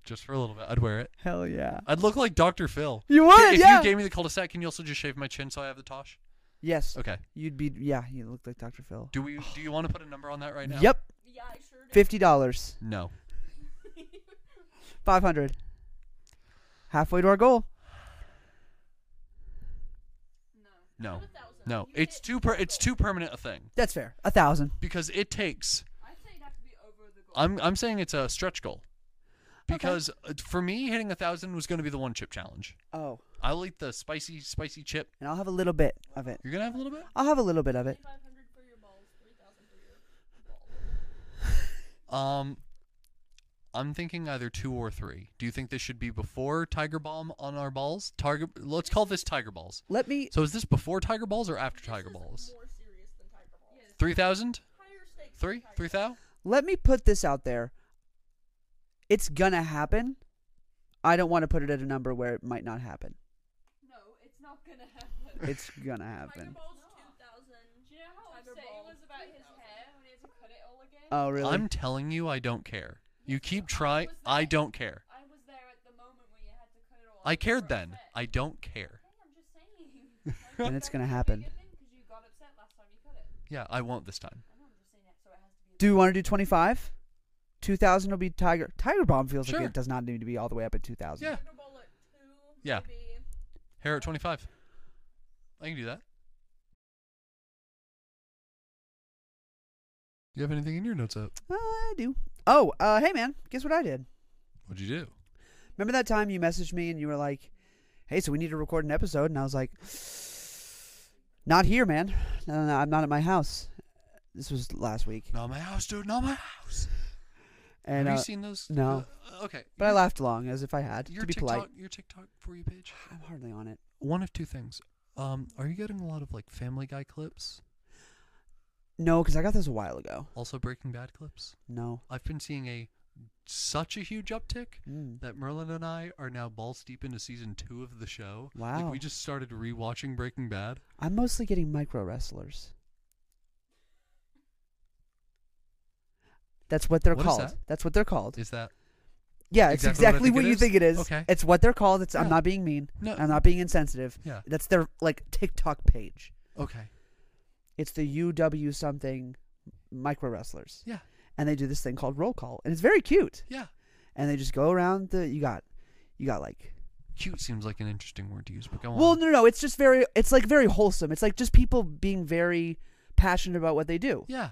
Speaker 2: just for a little bit. I'd wear it.
Speaker 1: Hell yeah.
Speaker 2: I'd look like Dr. Phil.
Speaker 1: You would,
Speaker 2: If
Speaker 1: yeah.
Speaker 2: you gave me the cul-de-sac, can you also just shave my chin so I have the tosh?
Speaker 1: yes.
Speaker 2: Okay.
Speaker 1: You'd be. Yeah, you look like Dr. Phil.
Speaker 2: Do we? Do you want to put a number on that right now?
Speaker 1: Yep.
Speaker 3: Yeah, I sure did.
Speaker 1: Fifty dollars.
Speaker 2: No.
Speaker 1: Five hundred. Halfway to our goal.
Speaker 2: No. No. It's too. Per- it's too permanent a thing
Speaker 1: That's fair. A thousand.
Speaker 2: because it takes.
Speaker 3: I'd say it'd have to be over the goal.
Speaker 2: I'm. I'm saying it's a stretch goal, because uh, for me hitting a thousand was going to be the one chip challenge.
Speaker 1: Oh,
Speaker 2: I'll eat the spicy, spicy chip.
Speaker 1: and I'll have a little bit of it.
Speaker 2: You're gonna have a little bit.
Speaker 1: I'll have a little bit of it.
Speaker 3: 500 for your balls, 3,000 for your balls.
Speaker 2: Um, I'm thinking either two or three. Do you think this should be before Tiger Bomb on our balls? Tiger. Let's call this Tiger Balls.
Speaker 1: Let me.
Speaker 2: So is this before Tiger Balls or after Tiger Balls?
Speaker 3: More serious than Tiger Balls. Yes.
Speaker 2: Three thousand?
Speaker 3: Higher stakes. than
Speaker 2: Three?
Speaker 3: Tiger
Speaker 2: Three thou?
Speaker 1: Let me put this out there. It's gonna happen. I don't want to put it at a number where it might not happen.
Speaker 3: Balls. No, it's not gonna happen.
Speaker 1: It's gonna
Speaker 3: Tiger
Speaker 1: happen.
Speaker 3: Balls 2,000.
Speaker 4: Do you know how
Speaker 3: Tiger
Speaker 4: upset he
Speaker 3: Balls,
Speaker 4: was about his
Speaker 3: 3,000.
Speaker 4: hair when he had to cut it all again?
Speaker 1: Oh really?
Speaker 2: I'm telling you, I don't care. You keep trying. I don't care.
Speaker 4: I was there at the moment when you had to cut it all.
Speaker 2: I
Speaker 4: and you
Speaker 2: cared
Speaker 4: were
Speaker 2: then.
Speaker 4: upset.
Speaker 2: I don't care.
Speaker 4: Hey, I'm just saying.
Speaker 1: And it's gonna happen.
Speaker 4: Because you got upset last time you cut it.
Speaker 2: Yeah, I won't this time.
Speaker 4: I know I'm just saying it, so it has to be.
Speaker 1: Do you want to do 25? 2000 will be Tiger. Tiger Bomb feels
Speaker 2: Sure.
Speaker 1: like it does not need to be all the way up at 2000.
Speaker 2: Yeah.
Speaker 3: Tiger Ball at two.
Speaker 2: Yeah.
Speaker 3: Maybe.
Speaker 2: Hair at 25. I can do that. You have anything in your notes up?
Speaker 1: Uh, I do. Oh, uh, hey man, guess what I did?
Speaker 2: What'd you do?
Speaker 1: Remember that time you messaged me and you were like, "Hey, so we need to record an episode," and I was like, "Not here, man. No, no, no I'm not at my house." This was last week,
Speaker 2: Not my house, dude. Not my house.
Speaker 1: and
Speaker 2: have
Speaker 1: uh,
Speaker 2: you seen those?
Speaker 1: no.
Speaker 2: Uh, okay.
Speaker 1: but I laughed along as if I had
Speaker 2: your
Speaker 1: to be
Speaker 2: TikTok,
Speaker 1: polite.
Speaker 2: Your TikTok for you page.
Speaker 1: I'm hardly on it.
Speaker 2: One of two things. Um, are you getting a lot of like Family Guy clips?
Speaker 1: No, because I got this a while ago.
Speaker 2: Also Breaking Bad clips.
Speaker 1: No.
Speaker 2: I've been seeing a such a huge uptick
Speaker 1: Mm.
Speaker 2: that Merlin and I are now balls deep into season two of the show.
Speaker 1: Wow.
Speaker 2: Like we just started rewatching Breaking Bad.
Speaker 1: I'm mostly getting micro wrestlers. That's what they're
Speaker 2: What is
Speaker 1: called.
Speaker 2: that?
Speaker 1: That's what they're called.
Speaker 2: Is that
Speaker 1: yeah, it's exactly
Speaker 2: exactly what
Speaker 1: what,
Speaker 2: I think it
Speaker 1: you
Speaker 2: is?
Speaker 1: think it is.
Speaker 2: Okay.
Speaker 1: It's what they're called. It's I'm
Speaker 2: Yeah.
Speaker 1: not being mean.
Speaker 2: no?
Speaker 1: I'm not being insensitive.
Speaker 2: Yeah.
Speaker 1: That's their like TikTok page.
Speaker 2: Okay.
Speaker 1: It's the UW something micro wrestlers.
Speaker 2: Yeah.
Speaker 1: And they do this thing called roll call, and it's very cute.
Speaker 2: Yeah.
Speaker 1: And they just go around the you got, you got like
Speaker 2: Cute seems like an interesting word to use, but go
Speaker 1: Well,
Speaker 2: on.
Speaker 1: no, no, no. It's just very. It's like very wholesome. It's like just people being very passionate about what they do.
Speaker 2: Yeah.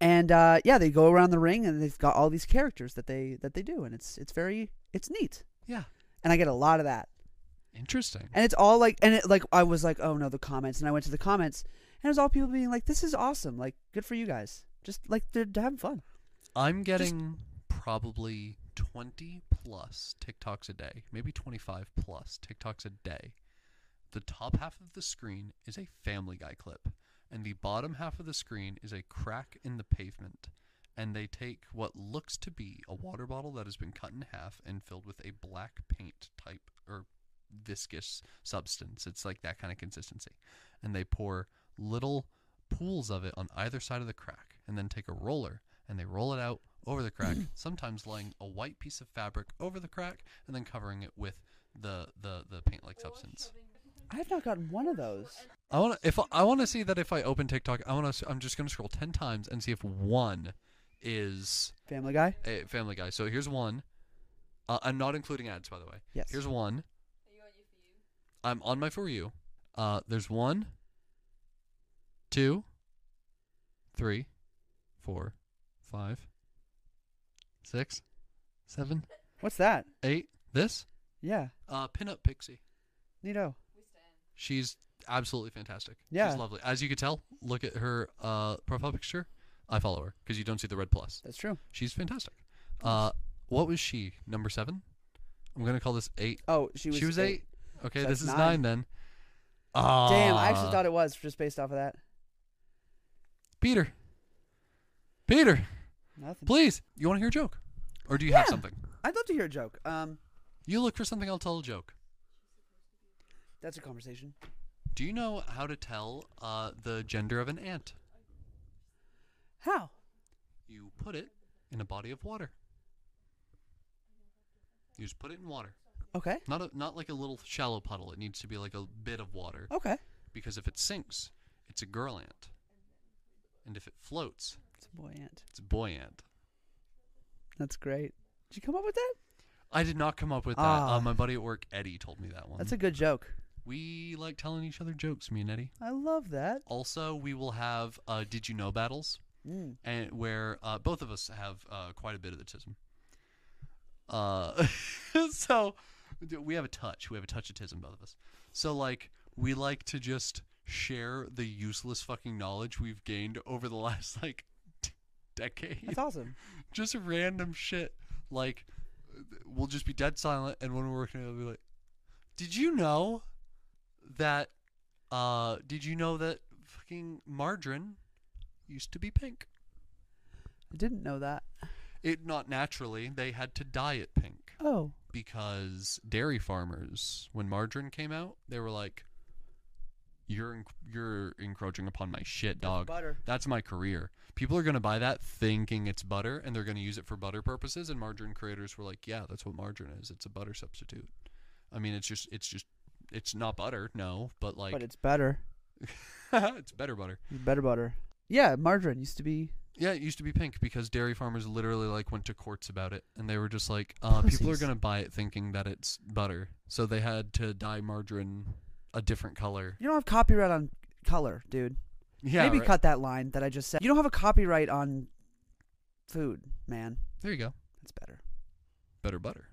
Speaker 1: And uh, yeah, they go around the ring and they've got all these characters that they that they do, and it's it's very it's neat.
Speaker 2: Yeah.
Speaker 1: And I get a lot of that,
Speaker 2: Interesting.
Speaker 1: and it's all like, and it like I was like, oh no, the comments, and I went to the comments, and it was all people being like, this is awesome, like good for you guys, just like they're, they're having fun.
Speaker 2: I'm getting probably 20 plus TikToks a day, maybe 25 plus TikToks a day The top half of the screen is a Family Guy clip, and the bottom half of the screen is a crack in the pavement. And they take what looks to be a water bottle that has been cut in half and filled with a black paint type or viscous substance. It's like that kind of consistency. And they pour little pools of it on either side of the crack, and then take a roller and they roll it out over the crack, sometimes laying a white piece of fabric over the crack and then covering it with the the, the paint like substance.
Speaker 1: I have not gotten one of those.
Speaker 2: I want to if I- I want to see that if I open TikTok, I want to I'm just going to scroll 10 times and see if one is
Speaker 1: Family Guy.
Speaker 2: a Family Guy. So here's one. Uh, I'm not including ads by the way.
Speaker 1: Yes.
Speaker 2: Here's one.
Speaker 4: Are you on your for you?
Speaker 2: I'm on my for you. Uh, there's one, two, three, four, five, six, seven,
Speaker 1: What's that?
Speaker 2: eight. This
Speaker 1: Yeah,
Speaker 2: uh, pinup pixie.
Speaker 1: Nito.
Speaker 4: We stand.
Speaker 2: She's absolutely fantastic.
Speaker 1: Yeah.
Speaker 2: she's lovely. As you can tell, look at her uh, profile picture. I follow her because you don't see the red plus.
Speaker 1: That's true.
Speaker 2: She's fantastic. Uh, what was she? Number seven. I'm gonna call this eight.
Speaker 1: Oh, she was.
Speaker 2: she was eight. Okay,
Speaker 1: So
Speaker 2: this
Speaker 1: that's nine.
Speaker 2: is nine, then. Ah,
Speaker 1: Damn, I actually thought it was just based off of that.
Speaker 2: Peter. Peter,
Speaker 1: Nothing.
Speaker 2: please. You want to hear a joke? Or do you have
Speaker 1: Yeah.
Speaker 2: something?
Speaker 1: I'd love to hear a joke. Um,
Speaker 2: You look for something, I'll tell a joke.
Speaker 1: that's a conversation.
Speaker 2: Do you know how to tell uh, the gender of an ant?
Speaker 1: How?
Speaker 2: You put it in a body of water. You just put it in water.
Speaker 1: Okay.
Speaker 2: Not a, not like a little shallow puddle. It needs to be like a bit of water.
Speaker 1: Okay.
Speaker 2: Because if it sinks, it's a girl ant. And if it floats,
Speaker 1: It's a boy ant.
Speaker 2: it's a boy ant.
Speaker 1: That's great. Did you come up with that?
Speaker 2: I did not come up with that.
Speaker 1: Ah.
Speaker 2: Uh, my buddy at work, Eddie, told me that one.
Speaker 1: That's a good joke.
Speaker 2: we like telling each other jokes, me and Eddie.
Speaker 1: I love that.
Speaker 2: Also, we will have uh, did you know battles,
Speaker 1: Mm.
Speaker 2: and where uh, both of us have uh, quite a bit of the tism. Uh, so d- we have a touch. We have a touch of tism, both of us. So like we like to just share the useless fucking knowledge we've gained over the last like t- decade.
Speaker 1: That's awesome.
Speaker 2: Just random shit. Like we'll just be dead silent, and when we're working, it, we'll be like, "Did you know that? Uh, did you know that fucking margarine used to be pink?"
Speaker 1: I didn't know that.
Speaker 2: It not naturally. They had to dye it pink
Speaker 1: Oh.
Speaker 2: because dairy farmers, when margarine came out, they were like, "You're enc- you're encroaching upon my shit, dog.
Speaker 1: butter.
Speaker 2: That's my career. People are gonna buy that thinking it's butter, and they're gonna use it for butter purposes. And margarine creators were like, "Yeah, that's what margarine is. It's a butter substitute. I mean, it's just it's just it's not butter, no, but like
Speaker 1: but it's better.
Speaker 2: it's better butter."
Speaker 1: It's better butter. Yeah, margarine used to be.
Speaker 2: Yeah, it used to be pink because dairy farmers literally like went to courts about it, and they were just like, uh, people are
Speaker 1: Pussies.
Speaker 2: gonna buy it thinking that it's butter, so they had to dye margarine a different color.
Speaker 1: You don't have copyright on color, dude.
Speaker 2: Yeah,
Speaker 1: Maybe
Speaker 2: right.
Speaker 1: cut that line that I just said. You don't have a copyright on food, man.
Speaker 2: There you go,
Speaker 1: That's better.
Speaker 2: better butter.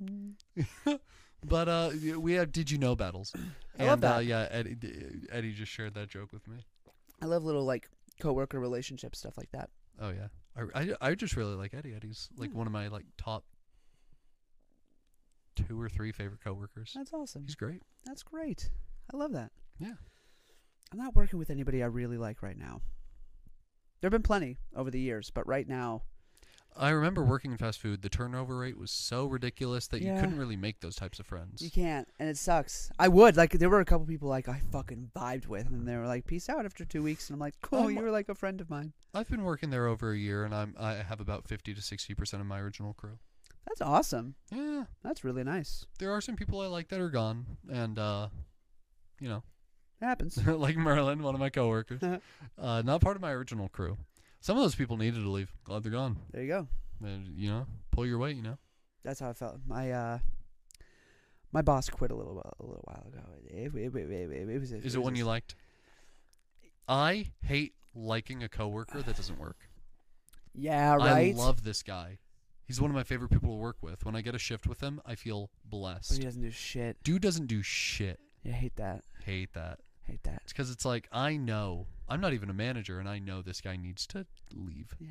Speaker 1: Mm.
Speaker 2: But uh, y- we have did you know battles, and
Speaker 1: I love
Speaker 2: Uh,
Speaker 1: that.
Speaker 2: yeah, Eddie, d- Eddie just shared that joke with me.
Speaker 1: I love little like coworker relationship stuff like that.
Speaker 2: Oh yeah, I, I, I just really like Eddie. Eddie's like
Speaker 1: Yeah.
Speaker 2: one of my like top two or three favorite coworkers.
Speaker 1: That's awesome.
Speaker 2: He's great.
Speaker 1: That's great. I love that.
Speaker 2: Yeah.
Speaker 1: I'm not working with anybody I really like right now. There have been plenty over the years, but right now,
Speaker 2: I remember working in fast food. The turnover rate was so ridiculous that
Speaker 1: Yeah.
Speaker 2: you couldn't really make those types of friends.
Speaker 1: you can't, and it sucks. I would like there were a couple people like I fucking vibed with, and they were like, "Peace out" after two weeks, and I'm like, "Cool,
Speaker 2: I'm-
Speaker 1: you were like a friend of mine."
Speaker 2: I've been working there over a year, and I'm I have about fifty to sixty percent of my original crew.
Speaker 1: That's awesome.
Speaker 2: Yeah,
Speaker 1: That's really nice.
Speaker 2: there are some people I like that are gone, and uh, you know,
Speaker 1: It happens.
Speaker 2: like Merlin, one of my coworkers, uh, not part of my original crew. Some of those people needed to leave. Glad they're gone.
Speaker 1: there you go.
Speaker 2: And, you know, pull your weight. You know,
Speaker 1: That's how I felt. My uh, my boss quit a little while, a little while ago. It, it- it- it- it- it was. a-
Speaker 2: is
Speaker 1: was
Speaker 2: it one
Speaker 1: a-
Speaker 2: you liked? I hate liking a coworker that doesn't work.
Speaker 1: Yeah, right.
Speaker 2: I love this guy. He's one of my favorite people to work with. When I get a shift with him, I feel
Speaker 1: but
Speaker 2: blessed.
Speaker 1: he doesn't do shit.
Speaker 2: Dude doesn't do shit.
Speaker 1: I hate that.
Speaker 2: Hate that.
Speaker 1: Hate that.
Speaker 2: It's because it's like I know I'm not even a manager, and I know this guy needs to leave,
Speaker 1: Yeah.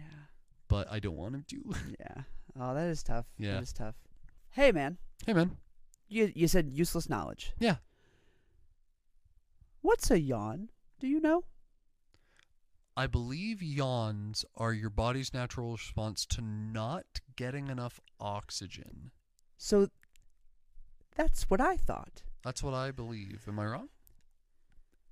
Speaker 2: but I don't want him to.
Speaker 1: Yeah. Oh, that is tough.
Speaker 2: Yeah.
Speaker 1: That is tough. Hey, man.
Speaker 2: hey, man.
Speaker 1: You you said useless knowledge.
Speaker 2: Yeah.
Speaker 1: What's a yawn? Do you know?
Speaker 2: I believe yawns are your body's natural response to not getting enough oxygen.
Speaker 1: So that's what I thought.
Speaker 2: That's what I believe. Am I wrong?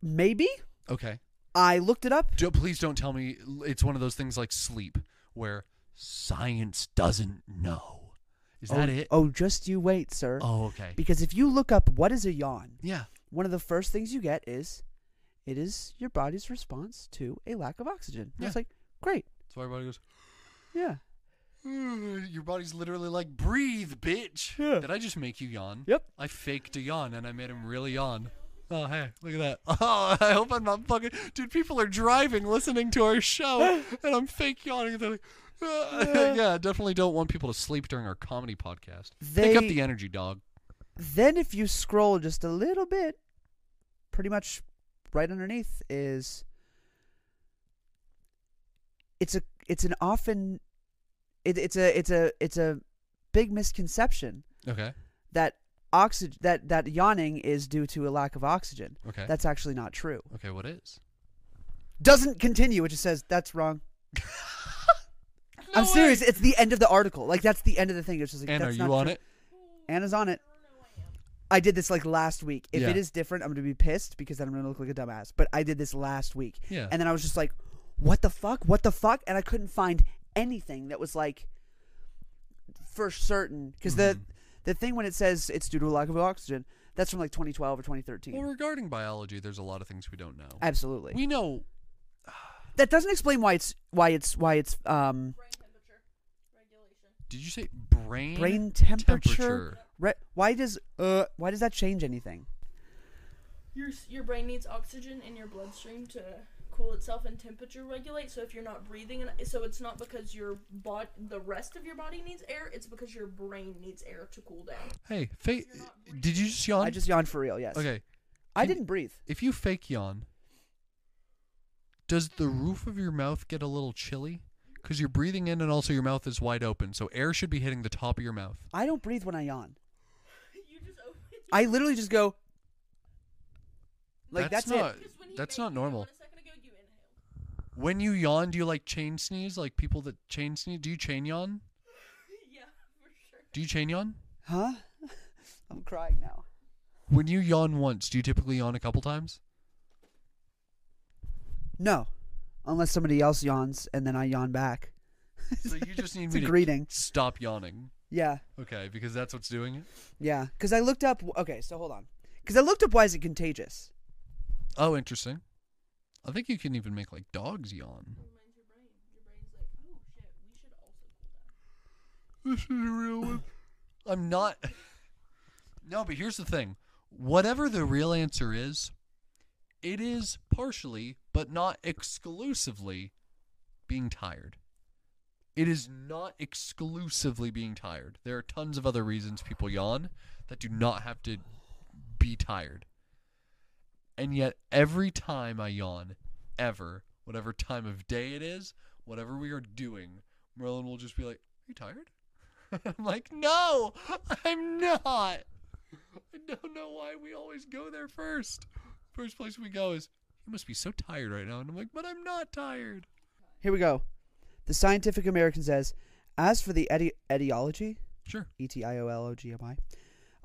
Speaker 1: Maybe
Speaker 2: Okay.
Speaker 1: I looked it up.
Speaker 2: Do, please don't tell me it's one of those things like sleep where science doesn't know. Is that
Speaker 1: oh,
Speaker 2: it?
Speaker 1: Oh, just you wait, sir.
Speaker 2: Oh, okay.
Speaker 1: Because if you look up what is a yawn,
Speaker 2: yeah.
Speaker 1: one of the first things you get is it is your body's response to a lack of oxygen. And I was
Speaker 2: Yeah.
Speaker 1: like, great.
Speaker 2: So everybody goes,
Speaker 1: Yeah.
Speaker 2: "Mm," your body's literally like, breathe, bitch.
Speaker 1: Yeah.
Speaker 2: Did I just make you yawn?
Speaker 1: Yep.
Speaker 2: I faked a yawn and I made him really yawn. Oh, hey, look at that. Oh, I hope I'm not fucking. Dude, people are driving listening to our show and I'm fake yawning. They're like, "Ah." yeah, definitely don't want people to sleep during our comedy podcast. Pick up
Speaker 1: They-
Speaker 2: the energy, dog.
Speaker 1: Then if you scroll just a little bit, pretty much right underneath is it's a it's an often it, it's a it's a it's a big misconception
Speaker 2: Okay.
Speaker 1: that oxygen that that yawning is due to a lack of oxygen.
Speaker 2: Okay.
Speaker 1: That's actually not true.
Speaker 2: okay, what is?
Speaker 1: Doesn't continue. It just says that's wrong. I'm
Speaker 2: No
Speaker 1: serious.
Speaker 2: way!
Speaker 1: It's the end of the article. Like that's the end of the thing. It's just like
Speaker 2: Anne, are
Speaker 1: that's
Speaker 2: you
Speaker 1: not
Speaker 2: on
Speaker 1: true.
Speaker 2: it?
Speaker 1: Anna's on it. I did this like last week. If
Speaker 2: Yeah.
Speaker 1: it is different, I'm gonna be pissed because then I'm gonna look like a dumbass. But I did this last week,
Speaker 2: Yeah.
Speaker 1: and then I was just like, "What the fuck? What the fuck?" And I couldn't find anything that was like for certain because the
Speaker 2: Mm-hmm.
Speaker 1: the thing when it says it's due to a lack of oxygen, that's from like 2012 or 2013.
Speaker 2: well, regarding biology, there's a lot of things we don't know.
Speaker 1: Absolutely,
Speaker 2: we know
Speaker 1: that doesn't explain why it's why it's why it's um
Speaker 3: Brain temperature regulation.
Speaker 2: Did you say brain
Speaker 1: brain temperature. Re- why does uh why does that change anything?
Speaker 3: Your s- your brain needs oxygen in your bloodstream to cool itself and temperature regulate. So if you're not breathing, and so it's not because your bod, the rest of your body needs air. It's because your brain needs air to cool down.
Speaker 2: Hey, fake. Did you just yawn?
Speaker 1: I just yawned for real. Yes.
Speaker 2: okay.
Speaker 1: I
Speaker 2: can-
Speaker 1: didn't breathe.
Speaker 2: If you fake yawn, does the roof of your mouth get a little chilly? Because you're breathing in and also your mouth is wide open, so air should be hitting the top of your mouth.
Speaker 1: I don't breathe when I yawn.
Speaker 3: you just opened.
Speaker 1: I literally just go. Like that's,
Speaker 2: that's, not.
Speaker 1: it.
Speaker 3: Because when he
Speaker 2: That's
Speaker 3: made
Speaker 2: not
Speaker 3: you
Speaker 2: normal.
Speaker 3: yawn a second ago, you inhaled.
Speaker 2: When you yawn, do you like chain sneeze? Like people that chain sneeze? Do you chain yawn?
Speaker 3: yeah, for sure.
Speaker 2: Do you chain yawn?
Speaker 1: Huh? I'm crying now.
Speaker 2: When you yawn once, do you typically yawn a couple times?
Speaker 1: No, unless somebody else yawns and then I yawn back.
Speaker 2: So you just need
Speaker 1: It's a
Speaker 2: me to
Speaker 1: greeting.
Speaker 2: stop yawning.
Speaker 1: Yeah,
Speaker 2: Okay, because that's what's doing it.
Speaker 1: yeah. Because I looked up. Okay, so hold on. Because I looked up why is it contagious?
Speaker 2: Oh, interesting. I think you can even make like dogs yawn.
Speaker 3: Reminds your brain. Your brain's like, oh shit, we should also cool
Speaker 2: This is a
Speaker 3: down.
Speaker 2: real one. I'm not. No, but here's the thing. Whatever the real answer is, it is partially, but not exclusively, being tired. It is not exclusively being tired. There are tons of other reasons people yawn that do not have to be tired. And yet, every time I yawn, ever, whatever time of day it is, whatever we are doing, Merlin will just be like, Are you tired? I'm like, No, I'm not. I don't know why we always go there first. First place we go is, You must be so tired right now. And I'm like, But I'm not tired.
Speaker 1: Here we go. The Scientific American says, as for the eti- etiology,
Speaker 2: Sure.
Speaker 1: E T I O L O G M I,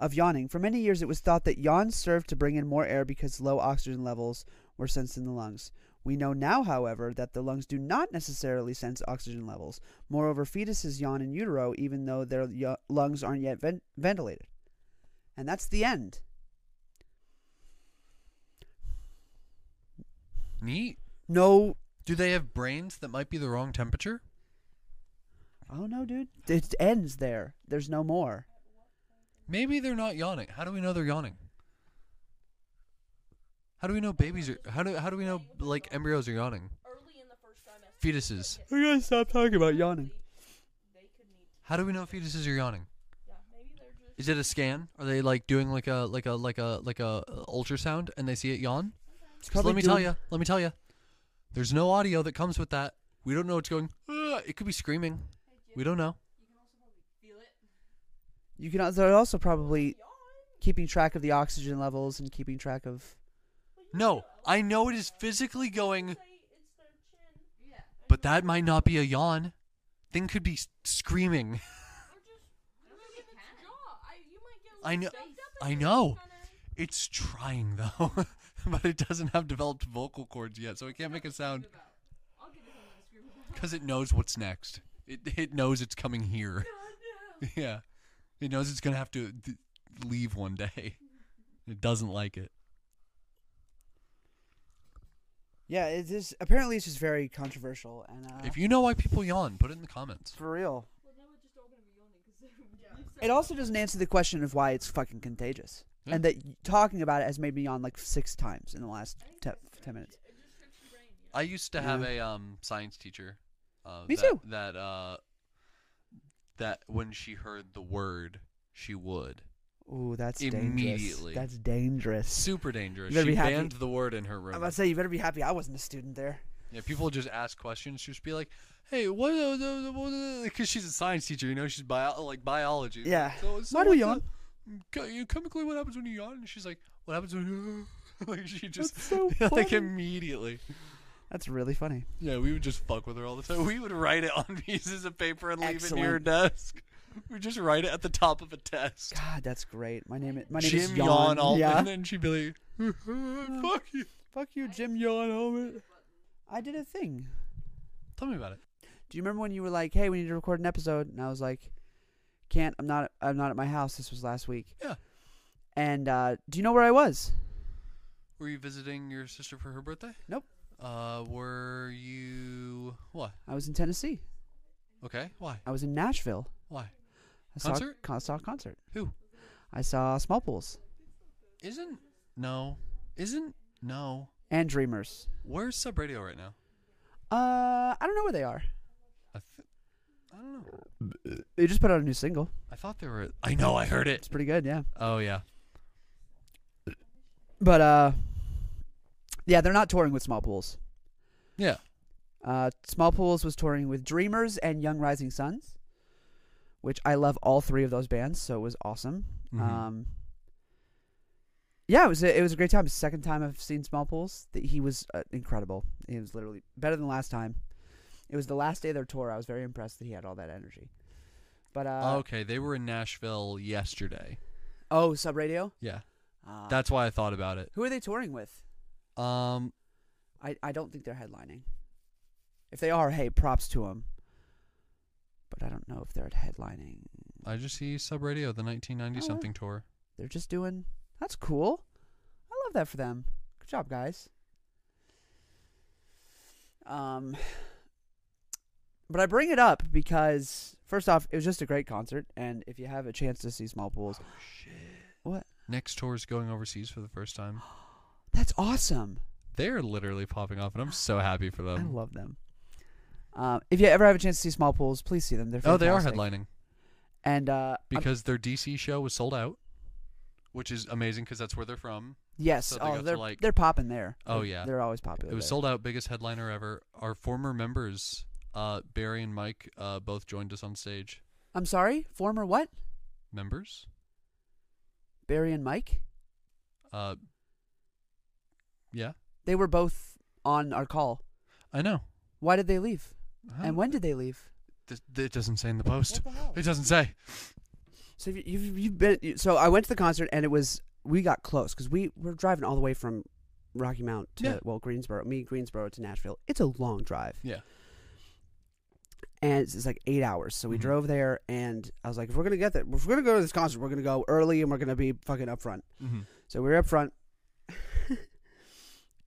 Speaker 1: of yawning. For many years, it was thought that yawns served to bring in more air because low oxygen levels were sensed in the lungs. We know now, however, that the lungs do not necessarily sense oxygen levels. Moreover, fetuses yawn in utero even though their y- lungs aren't yet ven- ventilated. And that's the end.
Speaker 2: Neat.
Speaker 1: No.
Speaker 2: Do they have brains that might be the wrong temperature?
Speaker 1: Oh, no, dude. It ends there. There's no more.
Speaker 2: Maybe they're not yawning. How do we know they're yawning? How do we know babies are? How do how do we know like embryos are yawning?
Speaker 3: Early in the first trimester.
Speaker 2: Fetuses.
Speaker 1: We gotta stop talking about yawning.
Speaker 3: They could need.
Speaker 2: How do we know fetuses are yawning?
Speaker 3: Yeah, maybe they're just.
Speaker 2: Is it a scan? Are they like doing like a like a like a like a uh, ultrasound and they see it yawn? 'Cause let me tell you. Let me tell you. There's no audio that comes with that. We don't know what's going. "Ugh," it could be screaming. We don't know.
Speaker 1: You can al- they're also probably keeping track of the oxygen levels and keeping track of
Speaker 2: No, I know it is physically going,
Speaker 3: Say it's their chin.
Speaker 4: Yeah.
Speaker 2: but that might not be a yawn. Thing could be s- screaming.
Speaker 3: Or just
Speaker 4: don't think
Speaker 3: rip in
Speaker 4: it
Speaker 3: its
Speaker 4: can.
Speaker 3: jaw. I, you might get a
Speaker 2: I
Speaker 3: little
Speaker 2: kno-
Speaker 3: stuffed up
Speaker 2: I
Speaker 3: in there,
Speaker 2: know.
Speaker 3: kinda.
Speaker 2: It's trying though, but it doesn't have developed vocal cords yet, so it can't make a sound
Speaker 4: I'll give you something to scream about.
Speaker 2: because it knows what's next. It it knows it's coming here. Yeah, it knows it's gonna have to d- leave one day. It doesn't like it.
Speaker 1: Yeah, it is. Apparently, it's just very controversial and uh,
Speaker 2: If you know why people yawn, put it in the comments.
Speaker 1: for real.
Speaker 4: Well, now we're just all going to be yawning because
Speaker 1: It also doesn't answer the question of why it's fucking contagious,
Speaker 2: Yeah.
Speaker 1: and that y- talking about it has made me yawn like six times in the last te- ten minutes.
Speaker 3: It just trips your brain. You know?
Speaker 2: I used to have a um science teacher. Uh,
Speaker 1: Me
Speaker 2: that,
Speaker 1: too.
Speaker 2: That uh, that when she heard the word, she would
Speaker 1: Ooh, that's dangerous.
Speaker 2: Immediately.
Speaker 1: That's dangerous.
Speaker 2: super dangerous.
Speaker 1: You better
Speaker 2: She
Speaker 1: be happy.
Speaker 2: banned the word in her room.
Speaker 1: I'm about to say you better be happy I wasn't a student there.
Speaker 2: Yeah, people just ask questions. She'll just be like, "Hey, what?" Because she's a science teacher, you know, she's bio like biology. It's
Speaker 1: Yeah.
Speaker 2: like, So, so
Speaker 1: Why do we
Speaker 2: what's the- co- you chemically, what happens when you yawn? And she's like, "What happens when?" you-" like she just
Speaker 1: That's so
Speaker 2: like
Speaker 1: funny.
Speaker 2: immediately.
Speaker 1: That's really funny.
Speaker 2: Yeah, we would just fuck with her all the time. We would write it on pieces of paper and leave it near her
Speaker 1: Excellent.
Speaker 2: desk. We just write it at the top of a desk.
Speaker 1: God, that's great. My name is my name is
Speaker 2: Jim
Speaker 1: Yawn.
Speaker 2: yawn all,
Speaker 1: yeah. Mm.
Speaker 2: and then she'd be like, "Fuck you."
Speaker 1: Fuck you, Jim Yawn Homer. I did a thing.
Speaker 2: Tell me about it.
Speaker 1: Do you remember when you were like, "Hey, we need to record an episode," and I was like, "Can't. I'm not. I'm not at my house. This was last week."
Speaker 2: Yeah.
Speaker 1: And uh, do you know where I was?
Speaker 2: Were you visiting your sister for her birthday?
Speaker 1: Nope.
Speaker 2: Uh, were you what?
Speaker 1: I was in Tennessee.
Speaker 2: Okay, why?
Speaker 1: I was in Nashville.
Speaker 2: Why?
Speaker 1: I saw,
Speaker 2: Concert?
Speaker 1: con- saw a concert.
Speaker 2: Who?
Speaker 1: I saw Small Pools
Speaker 2: Isn't no? Isn't no?
Speaker 1: and Dreamers.
Speaker 2: Where's Sub Radio right now?
Speaker 1: Uh, I don't know where they are.
Speaker 2: I th- I don't know.
Speaker 1: They just put out a new single.
Speaker 2: I thought they were. I know. I heard
Speaker 1: It's
Speaker 2: it.
Speaker 1: pretty good, yeah.
Speaker 2: Oh yeah.
Speaker 1: But uh, yeah, they're not touring with Small Pools.
Speaker 2: Yeah.
Speaker 1: Uh, Small Pools was touring with Dreamers and Young Rising Suns, which I love all three of those bands, so it was awesome.
Speaker 2: Mhm.
Speaker 1: Um, yeah, it was a, it was a great time. It's the Second time I've seen Small Pools. Th- He was uh, incredible. He was literally better than last time. It was the last day of their tour. I was very impressed that he had all that energy. But uh,
Speaker 2: Oh, okay, they were in Nashville yesterday.
Speaker 1: oh, Sub Radio.
Speaker 2: Yeah,
Speaker 1: Uh,
Speaker 2: that's why I thought about it.
Speaker 1: who are they touring with?
Speaker 2: Um,
Speaker 1: I, I don't think they're headlining. If they are, hey, props to them. But I don't know if they're headlining.
Speaker 2: I just see Sub Radio, the 1990
Speaker 1: Oh,
Speaker 2: something tour.
Speaker 1: They're just doing. That's cool. I love that for them. Good job, guys. Um, but I bring it up because first off, it was just a great concert, and if you have a chance to see Small Pools,
Speaker 2: Shit.
Speaker 1: What?
Speaker 2: Next tour is going overseas for the first time.
Speaker 1: that's awesome.
Speaker 2: They're literally popping off, and I'm so happy for
Speaker 1: I
Speaker 2: them.
Speaker 1: love them. Um, if you ever have a chance to see Small Pools, please see them. They're
Speaker 2: Oh, they are
Speaker 1: fantastic.
Speaker 2: headlining.
Speaker 1: And uh, I'm-
Speaker 2: because their DC show was sold out, which is amazing because that's where they're from.
Speaker 1: yes,
Speaker 2: so they got
Speaker 1: oh,
Speaker 2: to,
Speaker 1: they're
Speaker 2: like-
Speaker 1: they're popping there.
Speaker 2: Oh,
Speaker 1: They're-
Speaker 2: yeah.
Speaker 1: they're always popular.
Speaker 2: It was
Speaker 1: there.
Speaker 2: sold out, biggest headliner ever. Our former members, uh, Barry and Mike, uh, both joined us on stage.
Speaker 1: I'm sorry, former what?
Speaker 2: Members,
Speaker 1: Barry and Mike.
Speaker 2: uh, yeah,
Speaker 1: They were both on our call.
Speaker 2: I know.
Speaker 1: Why did they leave?
Speaker 2: I don't-
Speaker 1: And when did they leave?
Speaker 2: Th- th- it doesn't say in the post.
Speaker 1: Oh. What the hell?
Speaker 2: It doesn't say.
Speaker 1: So you- you've you've been you- so I went to the concert and it was we got close because we were driving all the way from Rocky Mount to
Speaker 2: Yeah.
Speaker 1: well Greensboro me Greensboro to Nashville. It's a long drive
Speaker 2: Yeah.
Speaker 1: and it's, it's like eight hours. So we
Speaker 2: Mhm.
Speaker 1: drove there and I was like, if we're gonna get there, if we're gonna go to this concert, we're gonna go early and we're gonna be fucking up front.
Speaker 2: Mm-hmm.
Speaker 1: So we were up front.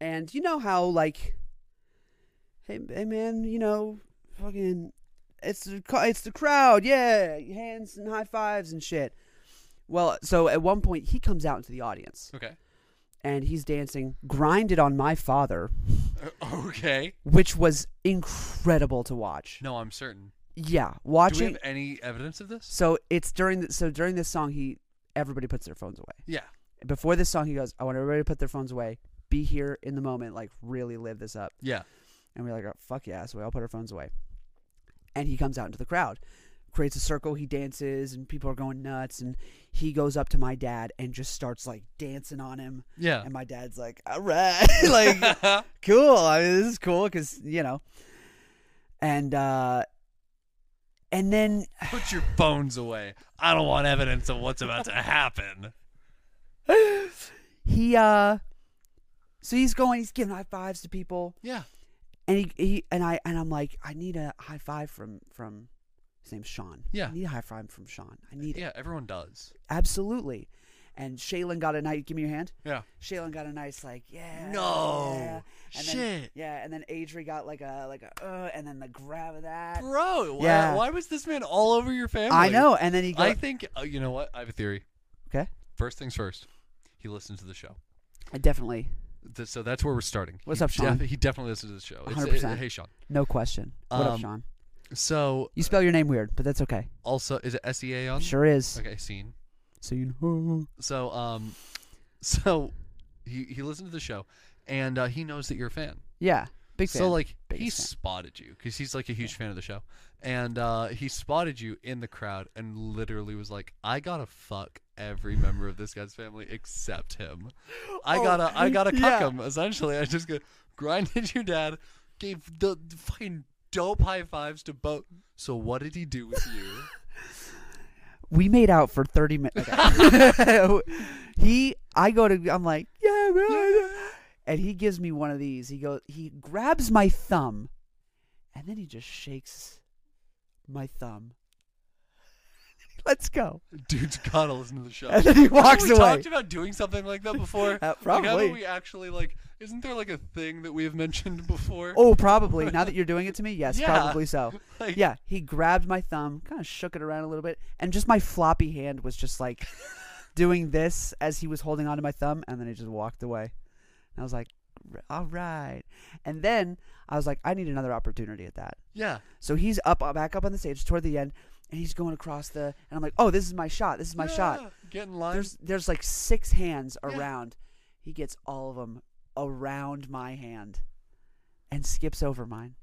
Speaker 1: and you know how like hey, hey man, you know, fucking it's the co- it's the crowd. Yeah, hands and high fives and shit. Well, so at one point he comes out into the audience
Speaker 2: Okay.
Speaker 1: and he's dancing grinded on my father,
Speaker 2: okay.
Speaker 1: which was incredible to watch.
Speaker 2: No, I'm certain.
Speaker 1: Yeah,
Speaker 2: Do we
Speaker 1: watching
Speaker 2: have any evidence of this?
Speaker 1: So it's during the, so during this song he everybody puts their phones away.
Speaker 2: Yeah.
Speaker 1: before this song, he goes, I want everybody to put their phones away, be here in the moment, like really live this up.
Speaker 2: Yeah.
Speaker 1: And we're like, oh, fuck yeah. So we all put our phones away. And he comes out into the crowd, creates a circle. He dances, and people are going nuts. And he goes up to my dad and just starts like dancing on him.
Speaker 2: Yeah.
Speaker 1: And my dad's like, "All right, like cool. I mean, this is cool because you know." And uh, and then
Speaker 2: Put your phones away. I don't want evidence of what's about to happen.
Speaker 1: he uh, so he's going, he's giving high fives to people.
Speaker 2: Yeah.
Speaker 1: and he, he and I and I'm like, I need a high five from from his name's Sean.
Speaker 2: Yeah.
Speaker 1: I need a high five from Sean. I need it
Speaker 2: Yeah, everyone does.
Speaker 1: absolutely. And Shaylin got a nice. Give me your hand.
Speaker 2: Yeah.
Speaker 1: Shaylin got a nice like yeah.
Speaker 2: No.
Speaker 1: yeah. And Then,
Speaker 2: Shit.
Speaker 1: yeah, and then Adri got like a like a uh, and then the grab of that.
Speaker 2: Bro, why,
Speaker 1: Yeah.
Speaker 2: why was this man all over your family?
Speaker 1: I know. And then he
Speaker 2: I
Speaker 1: goes.
Speaker 2: think, uh, you know what? I have a theory.
Speaker 1: Okay.
Speaker 2: First things first, he listened to the show.
Speaker 1: I definitely
Speaker 2: Th- so that's where we're starting.
Speaker 1: What's
Speaker 2: He
Speaker 1: up, Sean?
Speaker 2: def- he definitely listened to the show. It's- uh,
Speaker 1: 100%.
Speaker 2: hey, Sean.
Speaker 1: no question. What up,
Speaker 2: Um,
Speaker 1: Sean?
Speaker 2: So,
Speaker 1: You spell your name weird, but that's okay.
Speaker 2: also, is it SEA on?
Speaker 1: Sure is.
Speaker 2: Okay, scene.
Speaker 1: So you know.
Speaker 2: So, um, so he, he listened to the show and uh, he knows that you're a fan.
Speaker 1: Yeah. Big fan.
Speaker 2: So like he
Speaker 1: Biggest fan.
Speaker 2: spotted you because he's like a huge fan of the show, and uh, he spotted you in the crowd and literally was like, "I gotta fuck every member of this guy's family except him. I
Speaker 1: Oh,
Speaker 2: gotta, I gotta cuck
Speaker 1: yeah.
Speaker 2: him." Essentially, I just go, grinded your dad, gave the, the fucking dope high fives to both. So what did he do with you?
Speaker 1: we made out for 30 minutes. he, I go to, I'm like, yeah, man. yeah." And he gives me one of these. He goes, he grabs my thumb and then he just shakes my thumb. Let's go.
Speaker 2: Dude's gotta listen to the show.
Speaker 1: And then he walks
Speaker 2: Haven't we
Speaker 1: away.
Speaker 2: talked about doing something like that before.
Speaker 1: Uh,
Speaker 2: Like,
Speaker 1: probably.
Speaker 2: haven't we actually like? Isn't there like a thing that we have mentioned before?
Speaker 1: Oh, probably. Now that you're doing it to me, yes,
Speaker 2: Yeah.
Speaker 1: probably so.
Speaker 2: Like-
Speaker 1: yeah, he grabbed my thumb, kind of shook it around a little bit, and just my floppy hand was just like doing this as he was holding onto my thumb, and then he just walked away. And I was like, "R- all right. And then I was like, I need another opportunity at that.
Speaker 2: Yeah.
Speaker 1: So he's up, uh, back up on the stage toward the end, and he's going across the, and I'm like, oh, this is my shot. This is my shot.
Speaker 2: Getting lined.
Speaker 1: There's there's like six hands
Speaker 2: Yeah.
Speaker 1: around. He gets all of them around my hand, and skips over mine.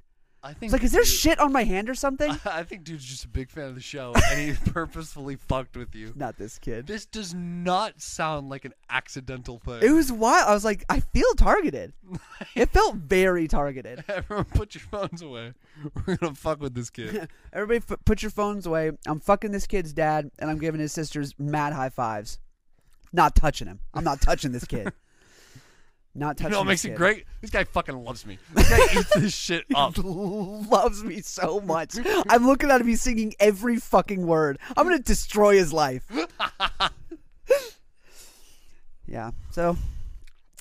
Speaker 2: I think.
Speaker 1: It's like, is there
Speaker 2: dude-
Speaker 1: shit on my hand or something?
Speaker 2: I think dude's just a big fan of the show, and he purposefully fucked with you.
Speaker 1: Not this kid.
Speaker 2: This does not sound like an accidental thing.
Speaker 1: It was wild. I was like, I feel targeted. It felt very targeted.
Speaker 2: Everyone, put your phones away. We're gonna fuck with this kid.
Speaker 1: Everybody, f- put your phones away. I'm fucking this kid's dad, and I'm giving his sisters mad high fives. Not touching him. I'm not touching this kid. Not
Speaker 2: You
Speaker 1: touching.
Speaker 2: know what
Speaker 1: this
Speaker 2: makes it
Speaker 1: kid.
Speaker 2: great? This guy fucking loves me. This guy eats this shit up.
Speaker 1: Loves me so much. I'm looking at him. He's singing every fucking word. I'm gonna destroy his life. yeah. So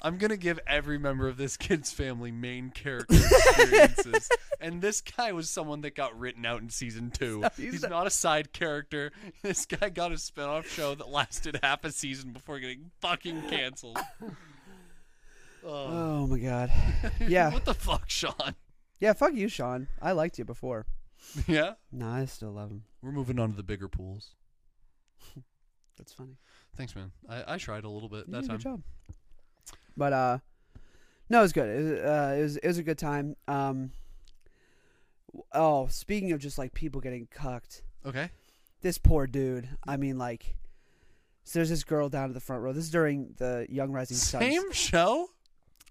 Speaker 2: I'm gonna give every member of this kid's family main character experiences. and this guy was someone that got written out in season two.
Speaker 1: he's
Speaker 2: he's
Speaker 1: not-
Speaker 2: not a side character. This guy got a spinoff show that lasted half a season before getting fucking canceled. Oh.
Speaker 1: Oh my god. Yeah.
Speaker 2: what the fuck, Sean?
Speaker 1: Yeah, fuck you, Sean. I liked you before.
Speaker 2: Yeah.
Speaker 1: No, I still love him.
Speaker 2: We're moving on to the bigger pools.
Speaker 1: That's funny.
Speaker 2: Thanks, man. I, I tried a little bit
Speaker 1: You
Speaker 2: that
Speaker 1: did a
Speaker 2: time.
Speaker 1: good job. But uh no, it was good. It was, uh, it was it was a good time. Um w- Oh, speaking of just like people getting cucked.
Speaker 2: Okay.
Speaker 1: This poor dude. I mean like so there's this girl down at the front row. This is during the Young Rising Suns.
Speaker 2: Same show?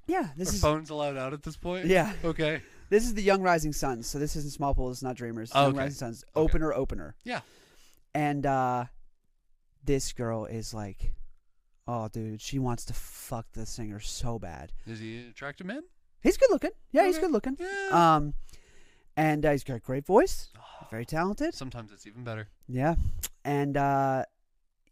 Speaker 1: Yeah, this
Speaker 2: Are
Speaker 1: is
Speaker 2: phones allowed out at this point?
Speaker 1: Yeah.
Speaker 2: Okay.
Speaker 1: This is the Young Rising Suns. So this isn't Small Pool, it's not Dreamers. It's
Speaker 2: Oh,
Speaker 1: Young
Speaker 2: okay.
Speaker 1: Rising Suns.
Speaker 2: Okay.
Speaker 1: Opener opener.
Speaker 2: Yeah.
Speaker 1: And uh this girl is like Oh dude, she wants to fuck the singer so bad.
Speaker 2: Is he an attractive man?
Speaker 1: He's good looking. Yeah, he's
Speaker 2: Okay.
Speaker 1: good looking.
Speaker 2: Yeah. Oh,
Speaker 1: Um and uh, he's got a great voice. Very talented.
Speaker 2: Sometimes it's even better.
Speaker 1: Yeah. And uh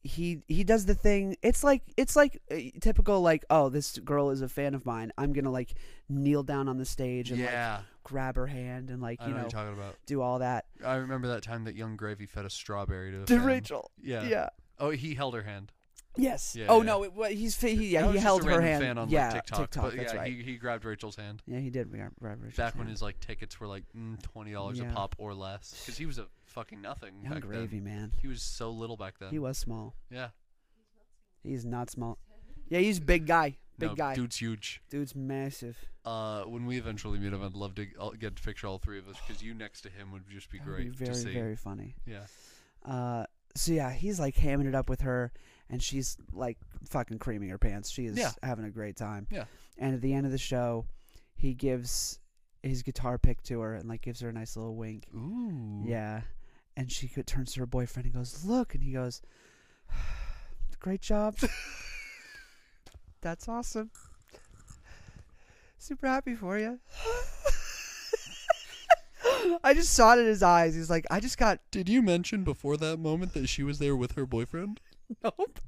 Speaker 1: he he does the thing. It's like it's like uh, typical like, oh, this girl is a fan of mine. I'm going to like kneel down on the stage and like
Speaker 2: Yeah.
Speaker 1: grab her hand and like,
Speaker 2: I
Speaker 1: you
Speaker 2: know what
Speaker 1: know,
Speaker 2: you're talking about.
Speaker 1: do all that.
Speaker 2: I remember that time that Young Gravy fed a strawberry to, a
Speaker 1: to
Speaker 2: fan.
Speaker 1: Rachel.
Speaker 2: Yeah.
Speaker 1: Yeah.
Speaker 2: Oh, he held her hand.
Speaker 1: Yes.
Speaker 2: Yeah,
Speaker 1: oh
Speaker 2: yeah.
Speaker 1: no, it, wa he's fa- he, yeah
Speaker 2: That
Speaker 1: he
Speaker 2: was just
Speaker 1: held
Speaker 2: a
Speaker 1: her
Speaker 2: random
Speaker 1: hand.
Speaker 2: Fan on
Speaker 1: yeah,
Speaker 2: like, TikTok. but
Speaker 1: that's
Speaker 2: yeah,
Speaker 1: right.
Speaker 2: he, he grabbed Rachel's hand.
Speaker 1: yeah, he did. We got grab Rachel's
Speaker 2: Back when
Speaker 1: hand.
Speaker 2: his like tickets were like mm, twenty dollars
Speaker 1: Yeah.
Speaker 2: a pop or less, because he was a fucking nothing
Speaker 1: young
Speaker 2: back
Speaker 1: gravy
Speaker 2: then.
Speaker 1: man,
Speaker 2: He was so little back then.
Speaker 1: he was small.
Speaker 2: yeah,
Speaker 1: He's not small. Yeah, he's a big guy, Big
Speaker 2: no,
Speaker 1: guy.
Speaker 2: Dude's huge.
Speaker 1: Dude's massive.
Speaker 2: Uh, when we eventually meet him, I'd love to I'll get to picture all three of us because you next to him would just be
Speaker 1: That would
Speaker 2: great
Speaker 1: Be
Speaker 2: to
Speaker 1: very
Speaker 2: see.
Speaker 1: very funny.
Speaker 2: Yeah.
Speaker 1: Uh, so yeah, he's like hamming it up with her, and she's like fucking creaming her pants. She is
Speaker 2: Yeah.
Speaker 1: having a great time.
Speaker 2: Yeah.
Speaker 1: And at the end of the show, he gives his guitar pick to her and like gives her a nice little wink.
Speaker 2: Ooh.
Speaker 1: Yeah. And she go- turns to her boyfriend and goes, "Look," and he goes, "Great job. That's awesome. Super happy for you." I just saw it in his eyes. He's like, "I just got
Speaker 2: Did you mention before that moment that she was there with her boyfriend?
Speaker 1: nope."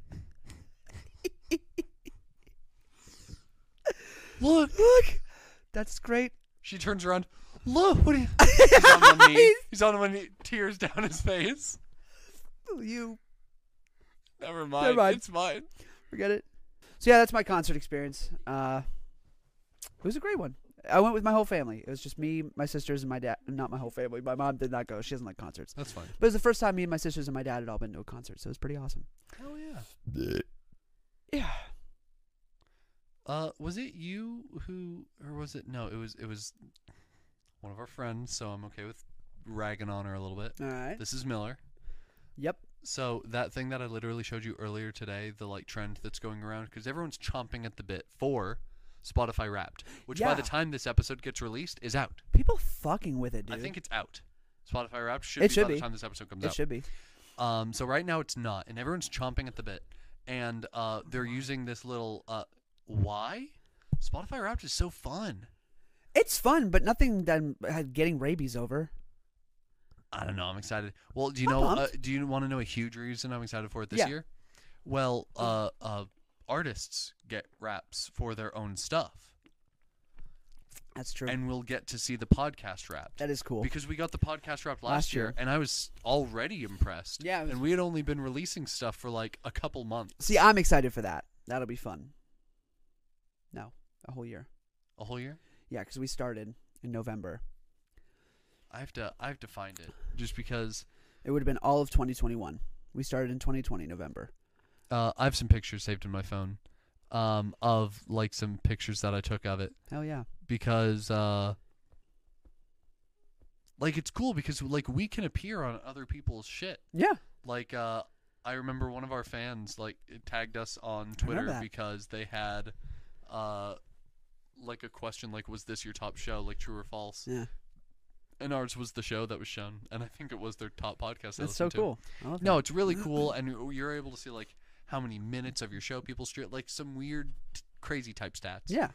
Speaker 2: Look,
Speaker 1: Look, that's great.
Speaker 2: She turns around. Look, what are you? He's on one knee. He's on one knee. Tears down his face.
Speaker 1: You
Speaker 2: Never mind.
Speaker 1: mind.
Speaker 2: It's mine.
Speaker 1: forget it. So yeah, that's my concert experience. Uh, it was a great one. I went with my whole family. It was just me, my sisters, and my dad. Not my whole family. My mom did not go. She doesn't like concerts.
Speaker 2: That's fine.
Speaker 1: But it was the first time me and my sisters and my dad had all been to a concert, so it was pretty awesome.
Speaker 2: Hell yeah.
Speaker 1: Yeah.
Speaker 2: Uh, was it you who, or was it no? It was it was one of our friends. So I'm okay with ragging on her a little bit.
Speaker 1: All right.
Speaker 2: This is Miller.
Speaker 1: Yep.
Speaker 2: So that thing that I literally showed you earlier today, the like trend that's going around, because everyone's chomping at the bit for Spotify Wrapped, which by the
Speaker 1: Yeah.
Speaker 2: time this episode gets released is out.
Speaker 1: People fucking with it, dude.
Speaker 2: I think it's out. Spotify Wrapped should
Speaker 1: It
Speaker 2: be
Speaker 1: should
Speaker 2: by
Speaker 1: be.
Speaker 2: the time this episode comes
Speaker 1: it
Speaker 2: out.
Speaker 1: should be.
Speaker 2: Um, so right now it's not, and everyone's chomping at the bit, and uh, they're using this little uh, why Spotify Wrapped is so fun.
Speaker 1: It's fun, but nothing that I'm uh, getting rabies over.
Speaker 2: I don't know. I'm excited. Well, do you
Speaker 1: I'm
Speaker 2: know? Uh,
Speaker 1: pumped.
Speaker 2: do you want to know a huge reason I'm excited for it this
Speaker 1: Yeah.
Speaker 2: year? Well, uh, uh, artists get raps for their own stuff,
Speaker 1: That's true.
Speaker 2: and we'll get to see the podcast wrapped.
Speaker 1: that is cool.
Speaker 2: because we got the podcast wrapped last,
Speaker 1: Last
Speaker 2: year,
Speaker 1: year.
Speaker 2: and I was already impressed.
Speaker 1: Yeah, it was-
Speaker 2: and we had only been releasing stuff for like a couple months,
Speaker 1: See, I'm excited for that. That'll be fun. No, a whole year.
Speaker 2: a whole year.
Speaker 1: Yeah, because we started in November.
Speaker 2: I have to, I have to find it just because
Speaker 1: It would have been all of 2021. We started in 2020 November.
Speaker 2: uh, I have some pictures saved in my phone um, of like some pictures that I took of it
Speaker 1: Hell yeah.
Speaker 2: because uh, like it's cool because like we can appear on other people's shit.
Speaker 1: Yeah.
Speaker 2: Like uh, I remember one of our fans like it tagged us on Twitter
Speaker 1: that.
Speaker 2: because they had uh, like a question like was this your top show like true or false
Speaker 1: Yeah.
Speaker 2: and ours was the show that was shown and I think it was their top podcast. they
Speaker 1: That's so
Speaker 2: listened to.
Speaker 1: cool. I love
Speaker 2: No, it's really cool, and you're- you're able to see like how many minutes of your show people stream, like some weird, t- crazy type stats.
Speaker 1: that. Yeah.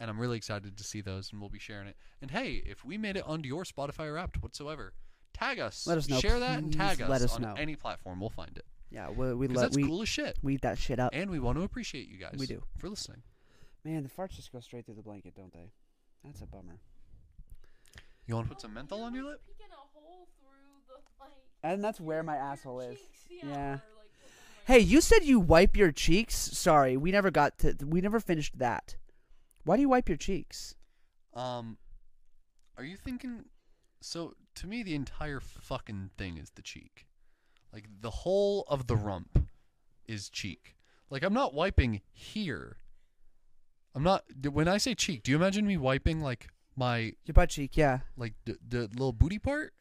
Speaker 2: And I'm really excited to see those, and we'll be sharing it. And hey, if we made it onto your Spotify Wrapped whatsoever, tag us.
Speaker 1: Let us know.
Speaker 2: Share that and tag
Speaker 1: Please let us
Speaker 2: on
Speaker 1: know.
Speaker 2: any platform. We'll find it
Speaker 1: Yeah. We, we,
Speaker 2: because
Speaker 1: let,
Speaker 2: that's
Speaker 1: we,
Speaker 2: cool as shit.
Speaker 1: we eat that shit up.
Speaker 2: And we want to appreciate you guys.
Speaker 1: We do.
Speaker 2: for listening.
Speaker 1: Man, the farts just go straight through the blanket, don't they? That's a bummer.
Speaker 2: You want to put some menthol on your lip?
Speaker 4: Peeking a hole through the like.
Speaker 1: And that's where my
Speaker 4: your
Speaker 1: asshole is.
Speaker 4: cheeks,
Speaker 1: Yeah.
Speaker 4: or, like, something
Speaker 1: Hey, you said you wipe your cheeks. Sorry, we never got to. We never finished that. Why do you wipe your cheeks?
Speaker 2: Um, are you thinking? So to me, the entire fucking thing is the cheek. Like the whole of the rump is cheek. Like I'm not wiping here. I'm not. d- When I say cheek, do you imagine me wiping like my
Speaker 1: Your butt cheek, yeah,
Speaker 2: like the, the little booty part?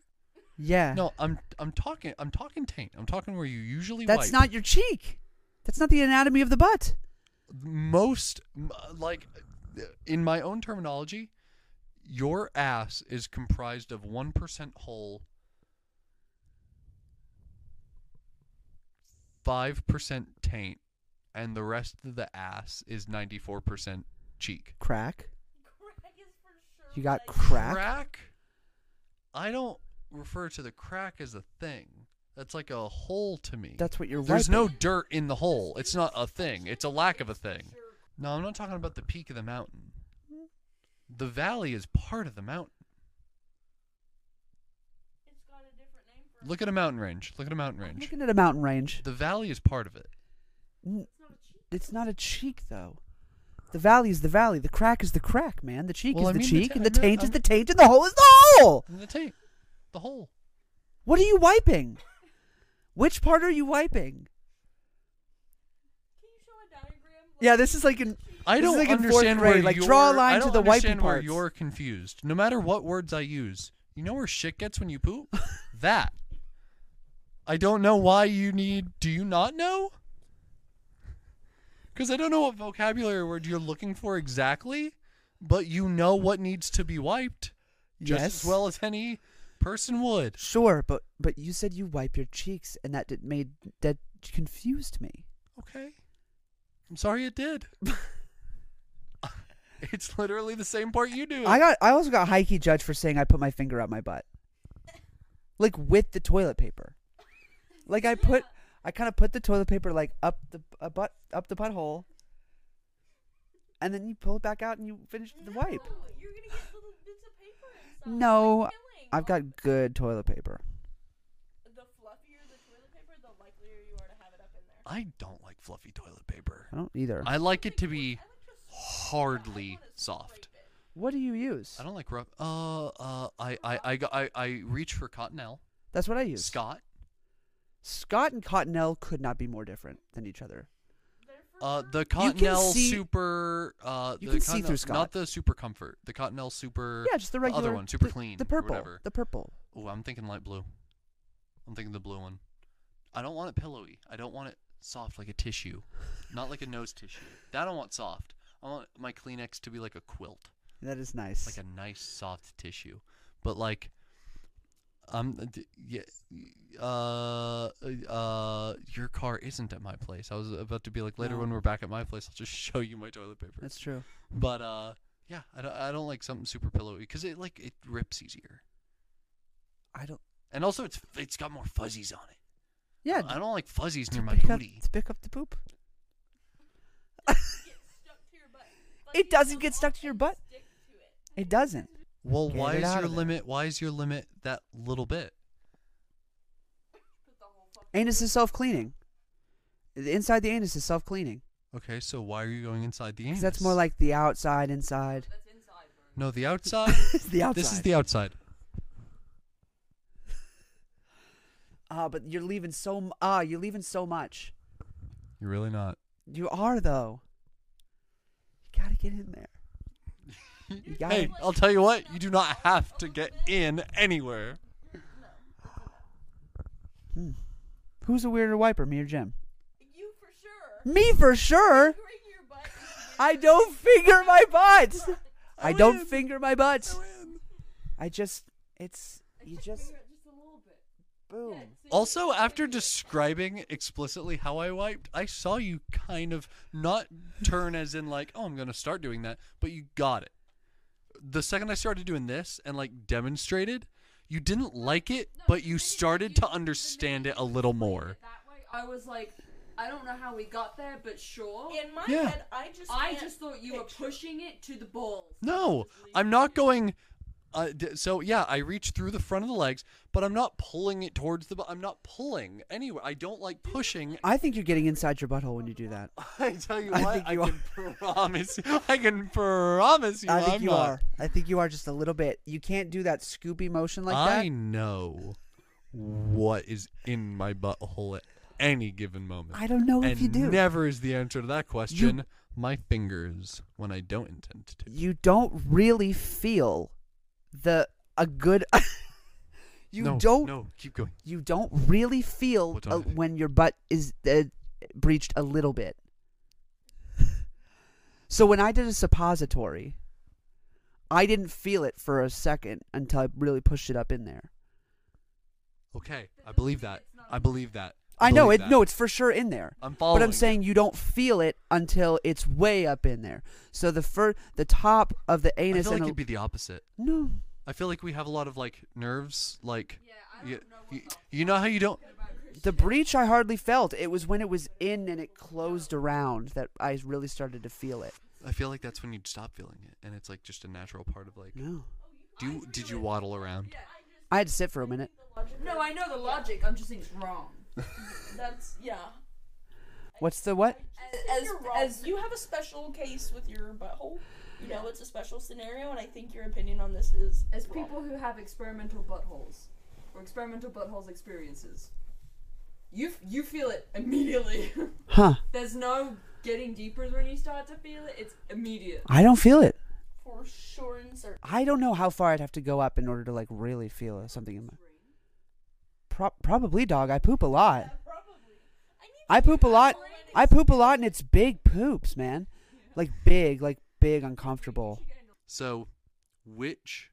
Speaker 1: yeah.
Speaker 2: No, I'm I'm talking I'm talking taint. I'm talking where you usually
Speaker 1: that's
Speaker 2: wipe.
Speaker 1: not your cheek. That's not the anatomy of the butt.
Speaker 2: most m- like in my own terminology your ass is comprised of 1% hole 5% taint and the rest of the ass is 94% cheek
Speaker 1: Crack.
Speaker 4: like- Crack is for sure
Speaker 1: You got
Speaker 4: like-
Speaker 1: crack.
Speaker 2: i don't refer to the crack as a thing that's like a hole to me
Speaker 1: That's what you're
Speaker 2: there's
Speaker 1: wiping.
Speaker 2: no dirt in the hole it's not a thing it's a lack of a thing no, I'm not talking about the peak of the mountain. The valley is part of the mountain.
Speaker 4: It's got a different name for
Speaker 2: Look at a mountain range. Look at a mountain
Speaker 1: I'm
Speaker 2: range.
Speaker 1: looking at a mountain range.
Speaker 2: The valley is part of it.
Speaker 1: N-
Speaker 4: It's not a cheek.
Speaker 1: It's not a cheek though. The valley is the valley. The crack is the crack, man. The cheek
Speaker 2: Well,
Speaker 1: is
Speaker 2: I
Speaker 1: the
Speaker 2: mean the
Speaker 1: cheek,
Speaker 2: ta-
Speaker 1: and
Speaker 2: I
Speaker 1: the
Speaker 2: meant-
Speaker 1: taint
Speaker 2: I
Speaker 1: is the
Speaker 2: meant-
Speaker 1: taint, and the hole is the hole.
Speaker 2: And the tape. The hole.
Speaker 1: What are you wiping? Which part are you wiping?
Speaker 4: Can you show a diagram?
Speaker 1: Yeah, this is like an
Speaker 2: I
Speaker 1: This is
Speaker 2: don't
Speaker 1: like in fourth
Speaker 2: understand where
Speaker 1: grade, like,
Speaker 2: you're,
Speaker 1: draw a line
Speaker 2: I
Speaker 1: to
Speaker 2: don't
Speaker 1: the wipey
Speaker 2: understand where
Speaker 1: parts.
Speaker 2: you're confused. No matter what words I use, you know where shit gets when you poop? that. I don't know why you need. Do you not know? Because I don't know what vocabulary word you're looking for exactly, but you know what needs to be wiped just
Speaker 1: yes.
Speaker 2: as well as any person would.
Speaker 1: Sure, but but you said you wipe your cheeks, and that did, made that confused me.
Speaker 2: Okay. I'm sorry it did. it's literally the same part you do.
Speaker 1: I got I also got hikey judged for saying I put my finger up my butt, like with the toilet paper. Like I put, I kind of put the toilet paper like up the a butt up the butthole, and then you pull it back out and you finish the wipe.
Speaker 4: No, you're gonna get little bits of paper inside.
Speaker 1: No,
Speaker 4: It's killing.
Speaker 1: I've got good toilet paper.
Speaker 3: The fluffier the toilet paper, the likelier you are to have it up in there.
Speaker 2: I don't like fluffy toilet paper.
Speaker 1: I don't either.
Speaker 2: I like it to be hardly soft.
Speaker 1: What do you use?
Speaker 2: I don't like rough. Uh, uh, I, I, I, go- I, I reach for Cottonelle.
Speaker 1: That's what I use.
Speaker 2: Scott.
Speaker 1: Scott and Cottonelle could not be more different than each other.
Speaker 2: Uh, the Cottonelle
Speaker 1: see-
Speaker 2: Super. Uh,
Speaker 1: you
Speaker 2: the
Speaker 1: can see through
Speaker 2: Cottonelle-
Speaker 1: Scott.
Speaker 2: Not the Super Comfort. The Cottonelle Super.
Speaker 1: Yeah, just the regular.
Speaker 2: other one, Super
Speaker 1: the,
Speaker 2: Clean.
Speaker 1: The
Speaker 2: or
Speaker 1: purple.
Speaker 2: whatever.
Speaker 1: The purple.
Speaker 2: Oh, I'm thinking light blue. I'm thinking the blue one. I don't want it pillowy. I don't want it soft like a tissue, not like a nose tissue. That I don't want soft. I want my Kleenex to be like a quilt,
Speaker 1: That is nice.
Speaker 2: like a nice soft tissue. But like, um, d- yeah, uh, uh, your car isn't at my place. I was about to be like later
Speaker 1: No.
Speaker 2: when we're back at my place, I'll just show you my toilet paper.
Speaker 1: That's true.
Speaker 2: But uh, yeah, I don't, I don't like something super pillowy because it like it rips easier,
Speaker 1: I don't.
Speaker 2: and also it's it's got more fuzzies on it.
Speaker 1: Yeah.
Speaker 2: I don't like fuzzies
Speaker 1: to
Speaker 2: near my
Speaker 1: pick up-
Speaker 2: booty.
Speaker 1: to pick up the poop.
Speaker 4: It
Speaker 1: doesn't get stuck to your butt.
Speaker 4: Stick to it.
Speaker 1: It doesn't.
Speaker 2: Well,
Speaker 1: Get
Speaker 2: why
Speaker 1: it
Speaker 2: is
Speaker 1: out
Speaker 2: your
Speaker 1: of there.
Speaker 2: limit? Why is your limit that little bit?
Speaker 4: Put the whole fucking
Speaker 1: Anus is self cleaning. The inside the anus is self cleaning
Speaker 2: Okay, so why are you going inside the anus?
Speaker 1: because that's more like the outside inside.
Speaker 4: that's inside, bro.
Speaker 2: no, the outside.
Speaker 1: It's the outside.
Speaker 2: This is the outside.
Speaker 1: Ah, but you're leaving so m- ah, you're leaving so much.
Speaker 2: You're really not.
Speaker 1: You are though. You gotta get in there. You gotta.
Speaker 2: Hey, I'll tell you what. You do not have to get in anywhere.
Speaker 1: Hmm. Who's a weirder wiper, me or Jim?
Speaker 4: You for sure.
Speaker 1: Me for sure.
Speaker 4: Fingering your butt is
Speaker 1: I don't finger my butt. I don't
Speaker 2: win.
Speaker 1: finger my butt.
Speaker 2: I win.
Speaker 1: I just, it's, you just,
Speaker 4: finger it just a little bit.
Speaker 1: boom.
Speaker 2: Also, after describing explicitly how I wiped, I saw you kind of not turn as in like, oh, I'm gonna start doing that, but you got it. The second I started doing this and like demonstrated, you didn't like it, but you started to understand it a little more.
Speaker 5: that way, I was like, I don't know how we got there, but sure.
Speaker 3: In my
Speaker 2: Yeah.
Speaker 3: head, I just
Speaker 5: Oh. I
Speaker 3: can't
Speaker 5: just thought you were
Speaker 3: picture-
Speaker 5: pushing it to the balls.
Speaker 2: No, I'm not going. Uh, d- so yeah, I reach through the front of the legs, but I'm not pulling it towards the. Bu- I'm not pulling anywhere. I don't like pushing
Speaker 1: I think you're getting inside your butthole when you do that.
Speaker 2: I tell you
Speaker 1: I
Speaker 2: what,
Speaker 1: think
Speaker 2: I,
Speaker 1: you are.
Speaker 2: can promise. I can promise you,
Speaker 1: I think
Speaker 2: am
Speaker 1: you
Speaker 2: not.
Speaker 1: are. I think you are just a little bit. You can't do that Scooby motion like
Speaker 2: I
Speaker 1: that.
Speaker 2: know what is in my butthole at any given moment.
Speaker 1: I don't know
Speaker 2: and
Speaker 1: if you do.
Speaker 2: never is the answer to that question. My fingers when I don't intend to.
Speaker 1: you don't really feel the a good. you
Speaker 2: no,
Speaker 1: don't.
Speaker 2: No, keep going.
Speaker 1: You don't really feel
Speaker 2: What do
Speaker 1: uh
Speaker 2: I do?
Speaker 1: when your butt is uh, breached a little bit. so when I did a suppository, I didn't feel it for a second until I really pushed it up in there.
Speaker 2: Okay, I believe that. I believe that.
Speaker 1: I know
Speaker 2: believe
Speaker 1: it.
Speaker 2: that.
Speaker 1: No, it's for sure in there.
Speaker 2: I'm following.
Speaker 1: But I'm
Speaker 2: you.
Speaker 1: saying you don't feel it until it's way up in there. So the fir- the top of the
Speaker 2: I
Speaker 1: anus
Speaker 2: feel like
Speaker 1: and a-
Speaker 2: it'd be the opposite.
Speaker 1: no.
Speaker 2: I feel like we have a lot of like nerves. Like,
Speaker 4: Yeah, I don't
Speaker 2: you,
Speaker 4: know
Speaker 2: you,
Speaker 4: what
Speaker 2: you know how you don't.
Speaker 4: the fuck about Christian.
Speaker 1: The breach I hardly felt. It was when it was in and it closed around that I really started to feel it.
Speaker 2: I feel like that's when you stop feeling it, and it's like just a natural part of like.
Speaker 1: No.
Speaker 2: Do you, did you waddle around?
Speaker 1: I had to sit for a minute.
Speaker 5: No, I know the logic. I'm just saying it's wrong.
Speaker 3: That's yeah.
Speaker 1: What's the what?
Speaker 5: As,
Speaker 3: You're wrong.
Speaker 5: as,
Speaker 3: you have a special case with your butthole. You know it's a special scenario, and I think your opinion on this is
Speaker 5: as
Speaker 3: wrong.
Speaker 5: people who have experimental buttholes or experimental buttholes experiences, you f- you feel it immediately.
Speaker 1: Huh.
Speaker 5: There's no getting deeper is when you start to feel it. It's immediate.
Speaker 1: I don't feel it.
Speaker 3: For sure and certain.
Speaker 1: I don't know how far I'd have to go up in order to like really feel something in my. Pro- probably, dog. I poop a lot. I poop a lot. I poop a lot, and it's big poops, man. Like big, like big, uncomfortable.
Speaker 2: So, which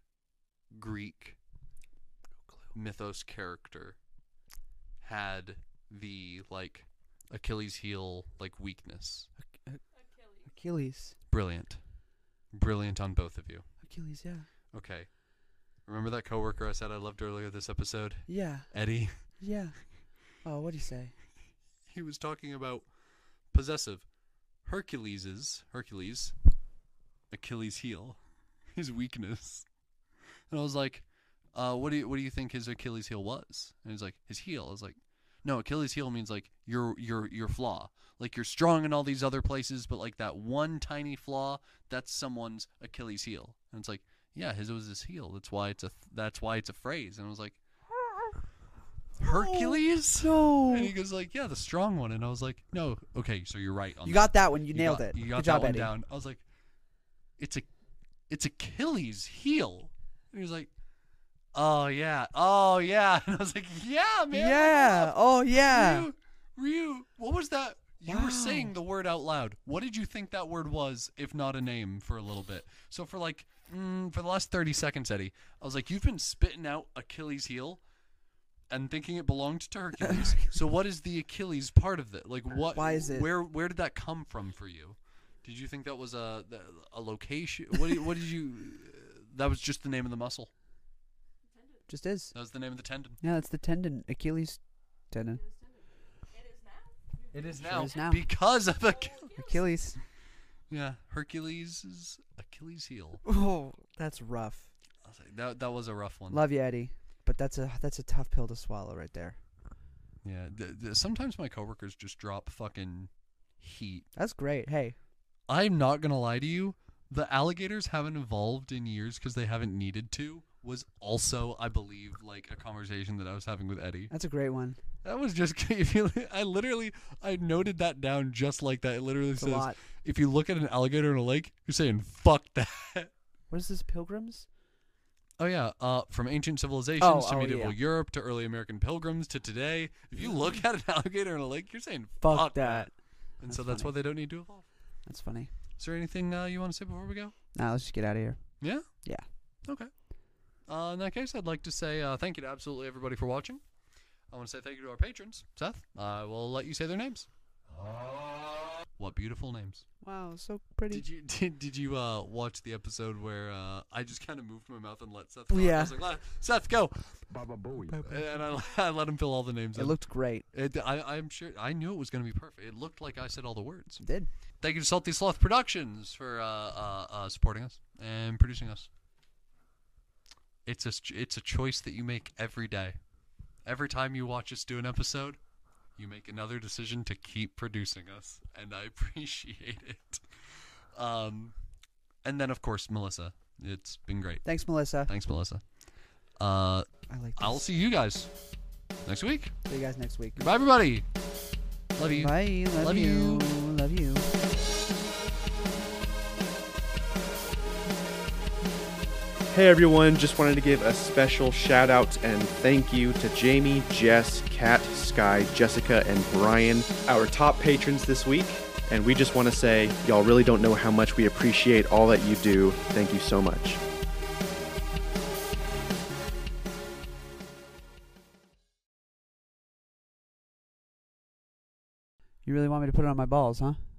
Speaker 2: Greek mythos character had the like Achilles heel like weakness?
Speaker 1: Achilles.
Speaker 2: Brilliant. Brilliant on both of you.
Speaker 1: Achilles. Yeah.
Speaker 2: Okay. Remember that coworker I said I loved earlier this episode?
Speaker 1: Yeah.
Speaker 2: Eddie.
Speaker 1: Yeah. Oh, what do you say?
Speaker 2: He was talking about possessive. Hercules's Hercules Achilles heel. His weakness. And I was like, uh, what do you what do you think his Achilles heel was? And he's like, his heel. I was like, no, Achilles heel means like your your your flaw. Like you're strong in all these other places, but like that one tiny flaw, that's someone's Achilles heel. And it's like, yeah, his was his heel. That's why it's a that's why it's a phrase. And I was like, Hercules?
Speaker 1: No.
Speaker 2: And he goes like, "Yeah, the strong one." And I was like, "No, okay, so you're right on
Speaker 1: You
Speaker 2: that.
Speaker 1: got that one. You, nailed
Speaker 2: got-
Speaker 1: it.
Speaker 2: You got
Speaker 1: Good
Speaker 2: that
Speaker 1: job,
Speaker 2: one
Speaker 1: Eddie.
Speaker 2: down." I was like, "It's a, it's Achilles' heel." And he was like, "Oh yeah, oh yeah." And I was like, "Yeah, man."
Speaker 1: Yeah. Oh, yeah.
Speaker 2: Ryu, Ryu, what was that? You
Speaker 1: Wow.
Speaker 2: were saying the word out loud. What did you think that word was, if not a name, for a little bit? So for like, mm, for the last thirty seconds, Eddie, I was like, you've been spitting out Achilles' heel, and thinking it belonged to Hercules. so what is the Achilles part of it? Like what?
Speaker 1: Why is it-
Speaker 2: Where where did that come from for you? Did you think that was a a location? What did, what did you? That was just the name of the muscle.
Speaker 1: Just is.
Speaker 2: That was the name of the tendon.
Speaker 1: Yeah, that's the tendon. Achilles tendon.
Speaker 2: It is
Speaker 1: now. is now.
Speaker 2: because of Achilles.
Speaker 1: Achilles.
Speaker 2: Yeah, Hercules is Achilles' heel.
Speaker 1: Oh, that's rough.
Speaker 2: I was like, that that was a rough one.
Speaker 1: Love you, Eddie. But that's a that's a tough pill to swallow right there.
Speaker 2: Yeah, th- th- sometimes my coworkers just drop fucking heat.
Speaker 1: That's great. Hey,
Speaker 2: I'm not gonna lie to you. The alligators haven't evolved in years because they haven't needed to. Was also, I believe, like a conversation that I was having with Eddie.
Speaker 1: that's a great one.
Speaker 2: That was just. If you, I literally, I noted that down just like that. It literally
Speaker 1: It's a
Speaker 2: says,
Speaker 1: lot.
Speaker 2: if you look at an alligator in a lake, you're saying "fuck that."
Speaker 1: What is this, Pilgrims?
Speaker 2: Oh yeah, uh, from ancient civilizations
Speaker 1: Oh,
Speaker 2: to
Speaker 1: oh,
Speaker 2: medieval
Speaker 1: yeah.
Speaker 2: Europe to early American pilgrims to today. If you look at an alligator in a lake, you're saying
Speaker 1: Fuck
Speaker 2: "fuck,
Speaker 1: that."
Speaker 2: that. and
Speaker 1: That's
Speaker 2: so that's
Speaker 1: funny.
Speaker 2: why they don't need to evolve.
Speaker 1: That's funny.
Speaker 2: Is there anything uh, you want to say before we go?
Speaker 1: Now let's just get out of here.
Speaker 2: Yeah.
Speaker 1: Yeah.
Speaker 2: Okay. Uh, in that case, I'd like to say uh, thank you to absolutely everybody for watching. I want to say thank you to our patrons. Seth, I will let you say their names. What beautiful names!
Speaker 1: Wow, so pretty.
Speaker 2: Did you did, did you uh, watch the episode where uh, I just kind of moved my mouth and let Seth? Go
Speaker 1: Yeah.
Speaker 2: I was like, "Let- Seth, go. and I, I let him fill all the names.
Speaker 1: it
Speaker 2: in.
Speaker 1: looked great.
Speaker 2: It, I, I'm sure. I knew it was going to be perfect. It looked like I said all the words.
Speaker 1: It did.
Speaker 2: Thank you to Salty Sloth Productions for uh, uh, uh, supporting us and producing us. It's a ch- it's a choice that you make every day. Every time you watch us do an episode, you make another decision to keep producing us, and I appreciate it. Um, and then of course Melissa, it's been great.
Speaker 1: Thanks, Melissa.
Speaker 2: Thanks, Melissa. Uh,
Speaker 1: I like this.
Speaker 2: I'll see you guys next week.
Speaker 1: see you guys next week.
Speaker 2: Goodbye, everybody. Love you.
Speaker 1: Bye. Love,
Speaker 2: Love you.
Speaker 1: you. Love you.
Speaker 6: Hey everyone, just wanted to give a special shout out and thank you to Jamie, Jess, Kat, Sky, Jessica, and Brian, our top patrons this week. And we just want to say, y'all really don't know how much we appreciate all that you do. Thank you so much.
Speaker 1: You really want me to put it on my balls, huh?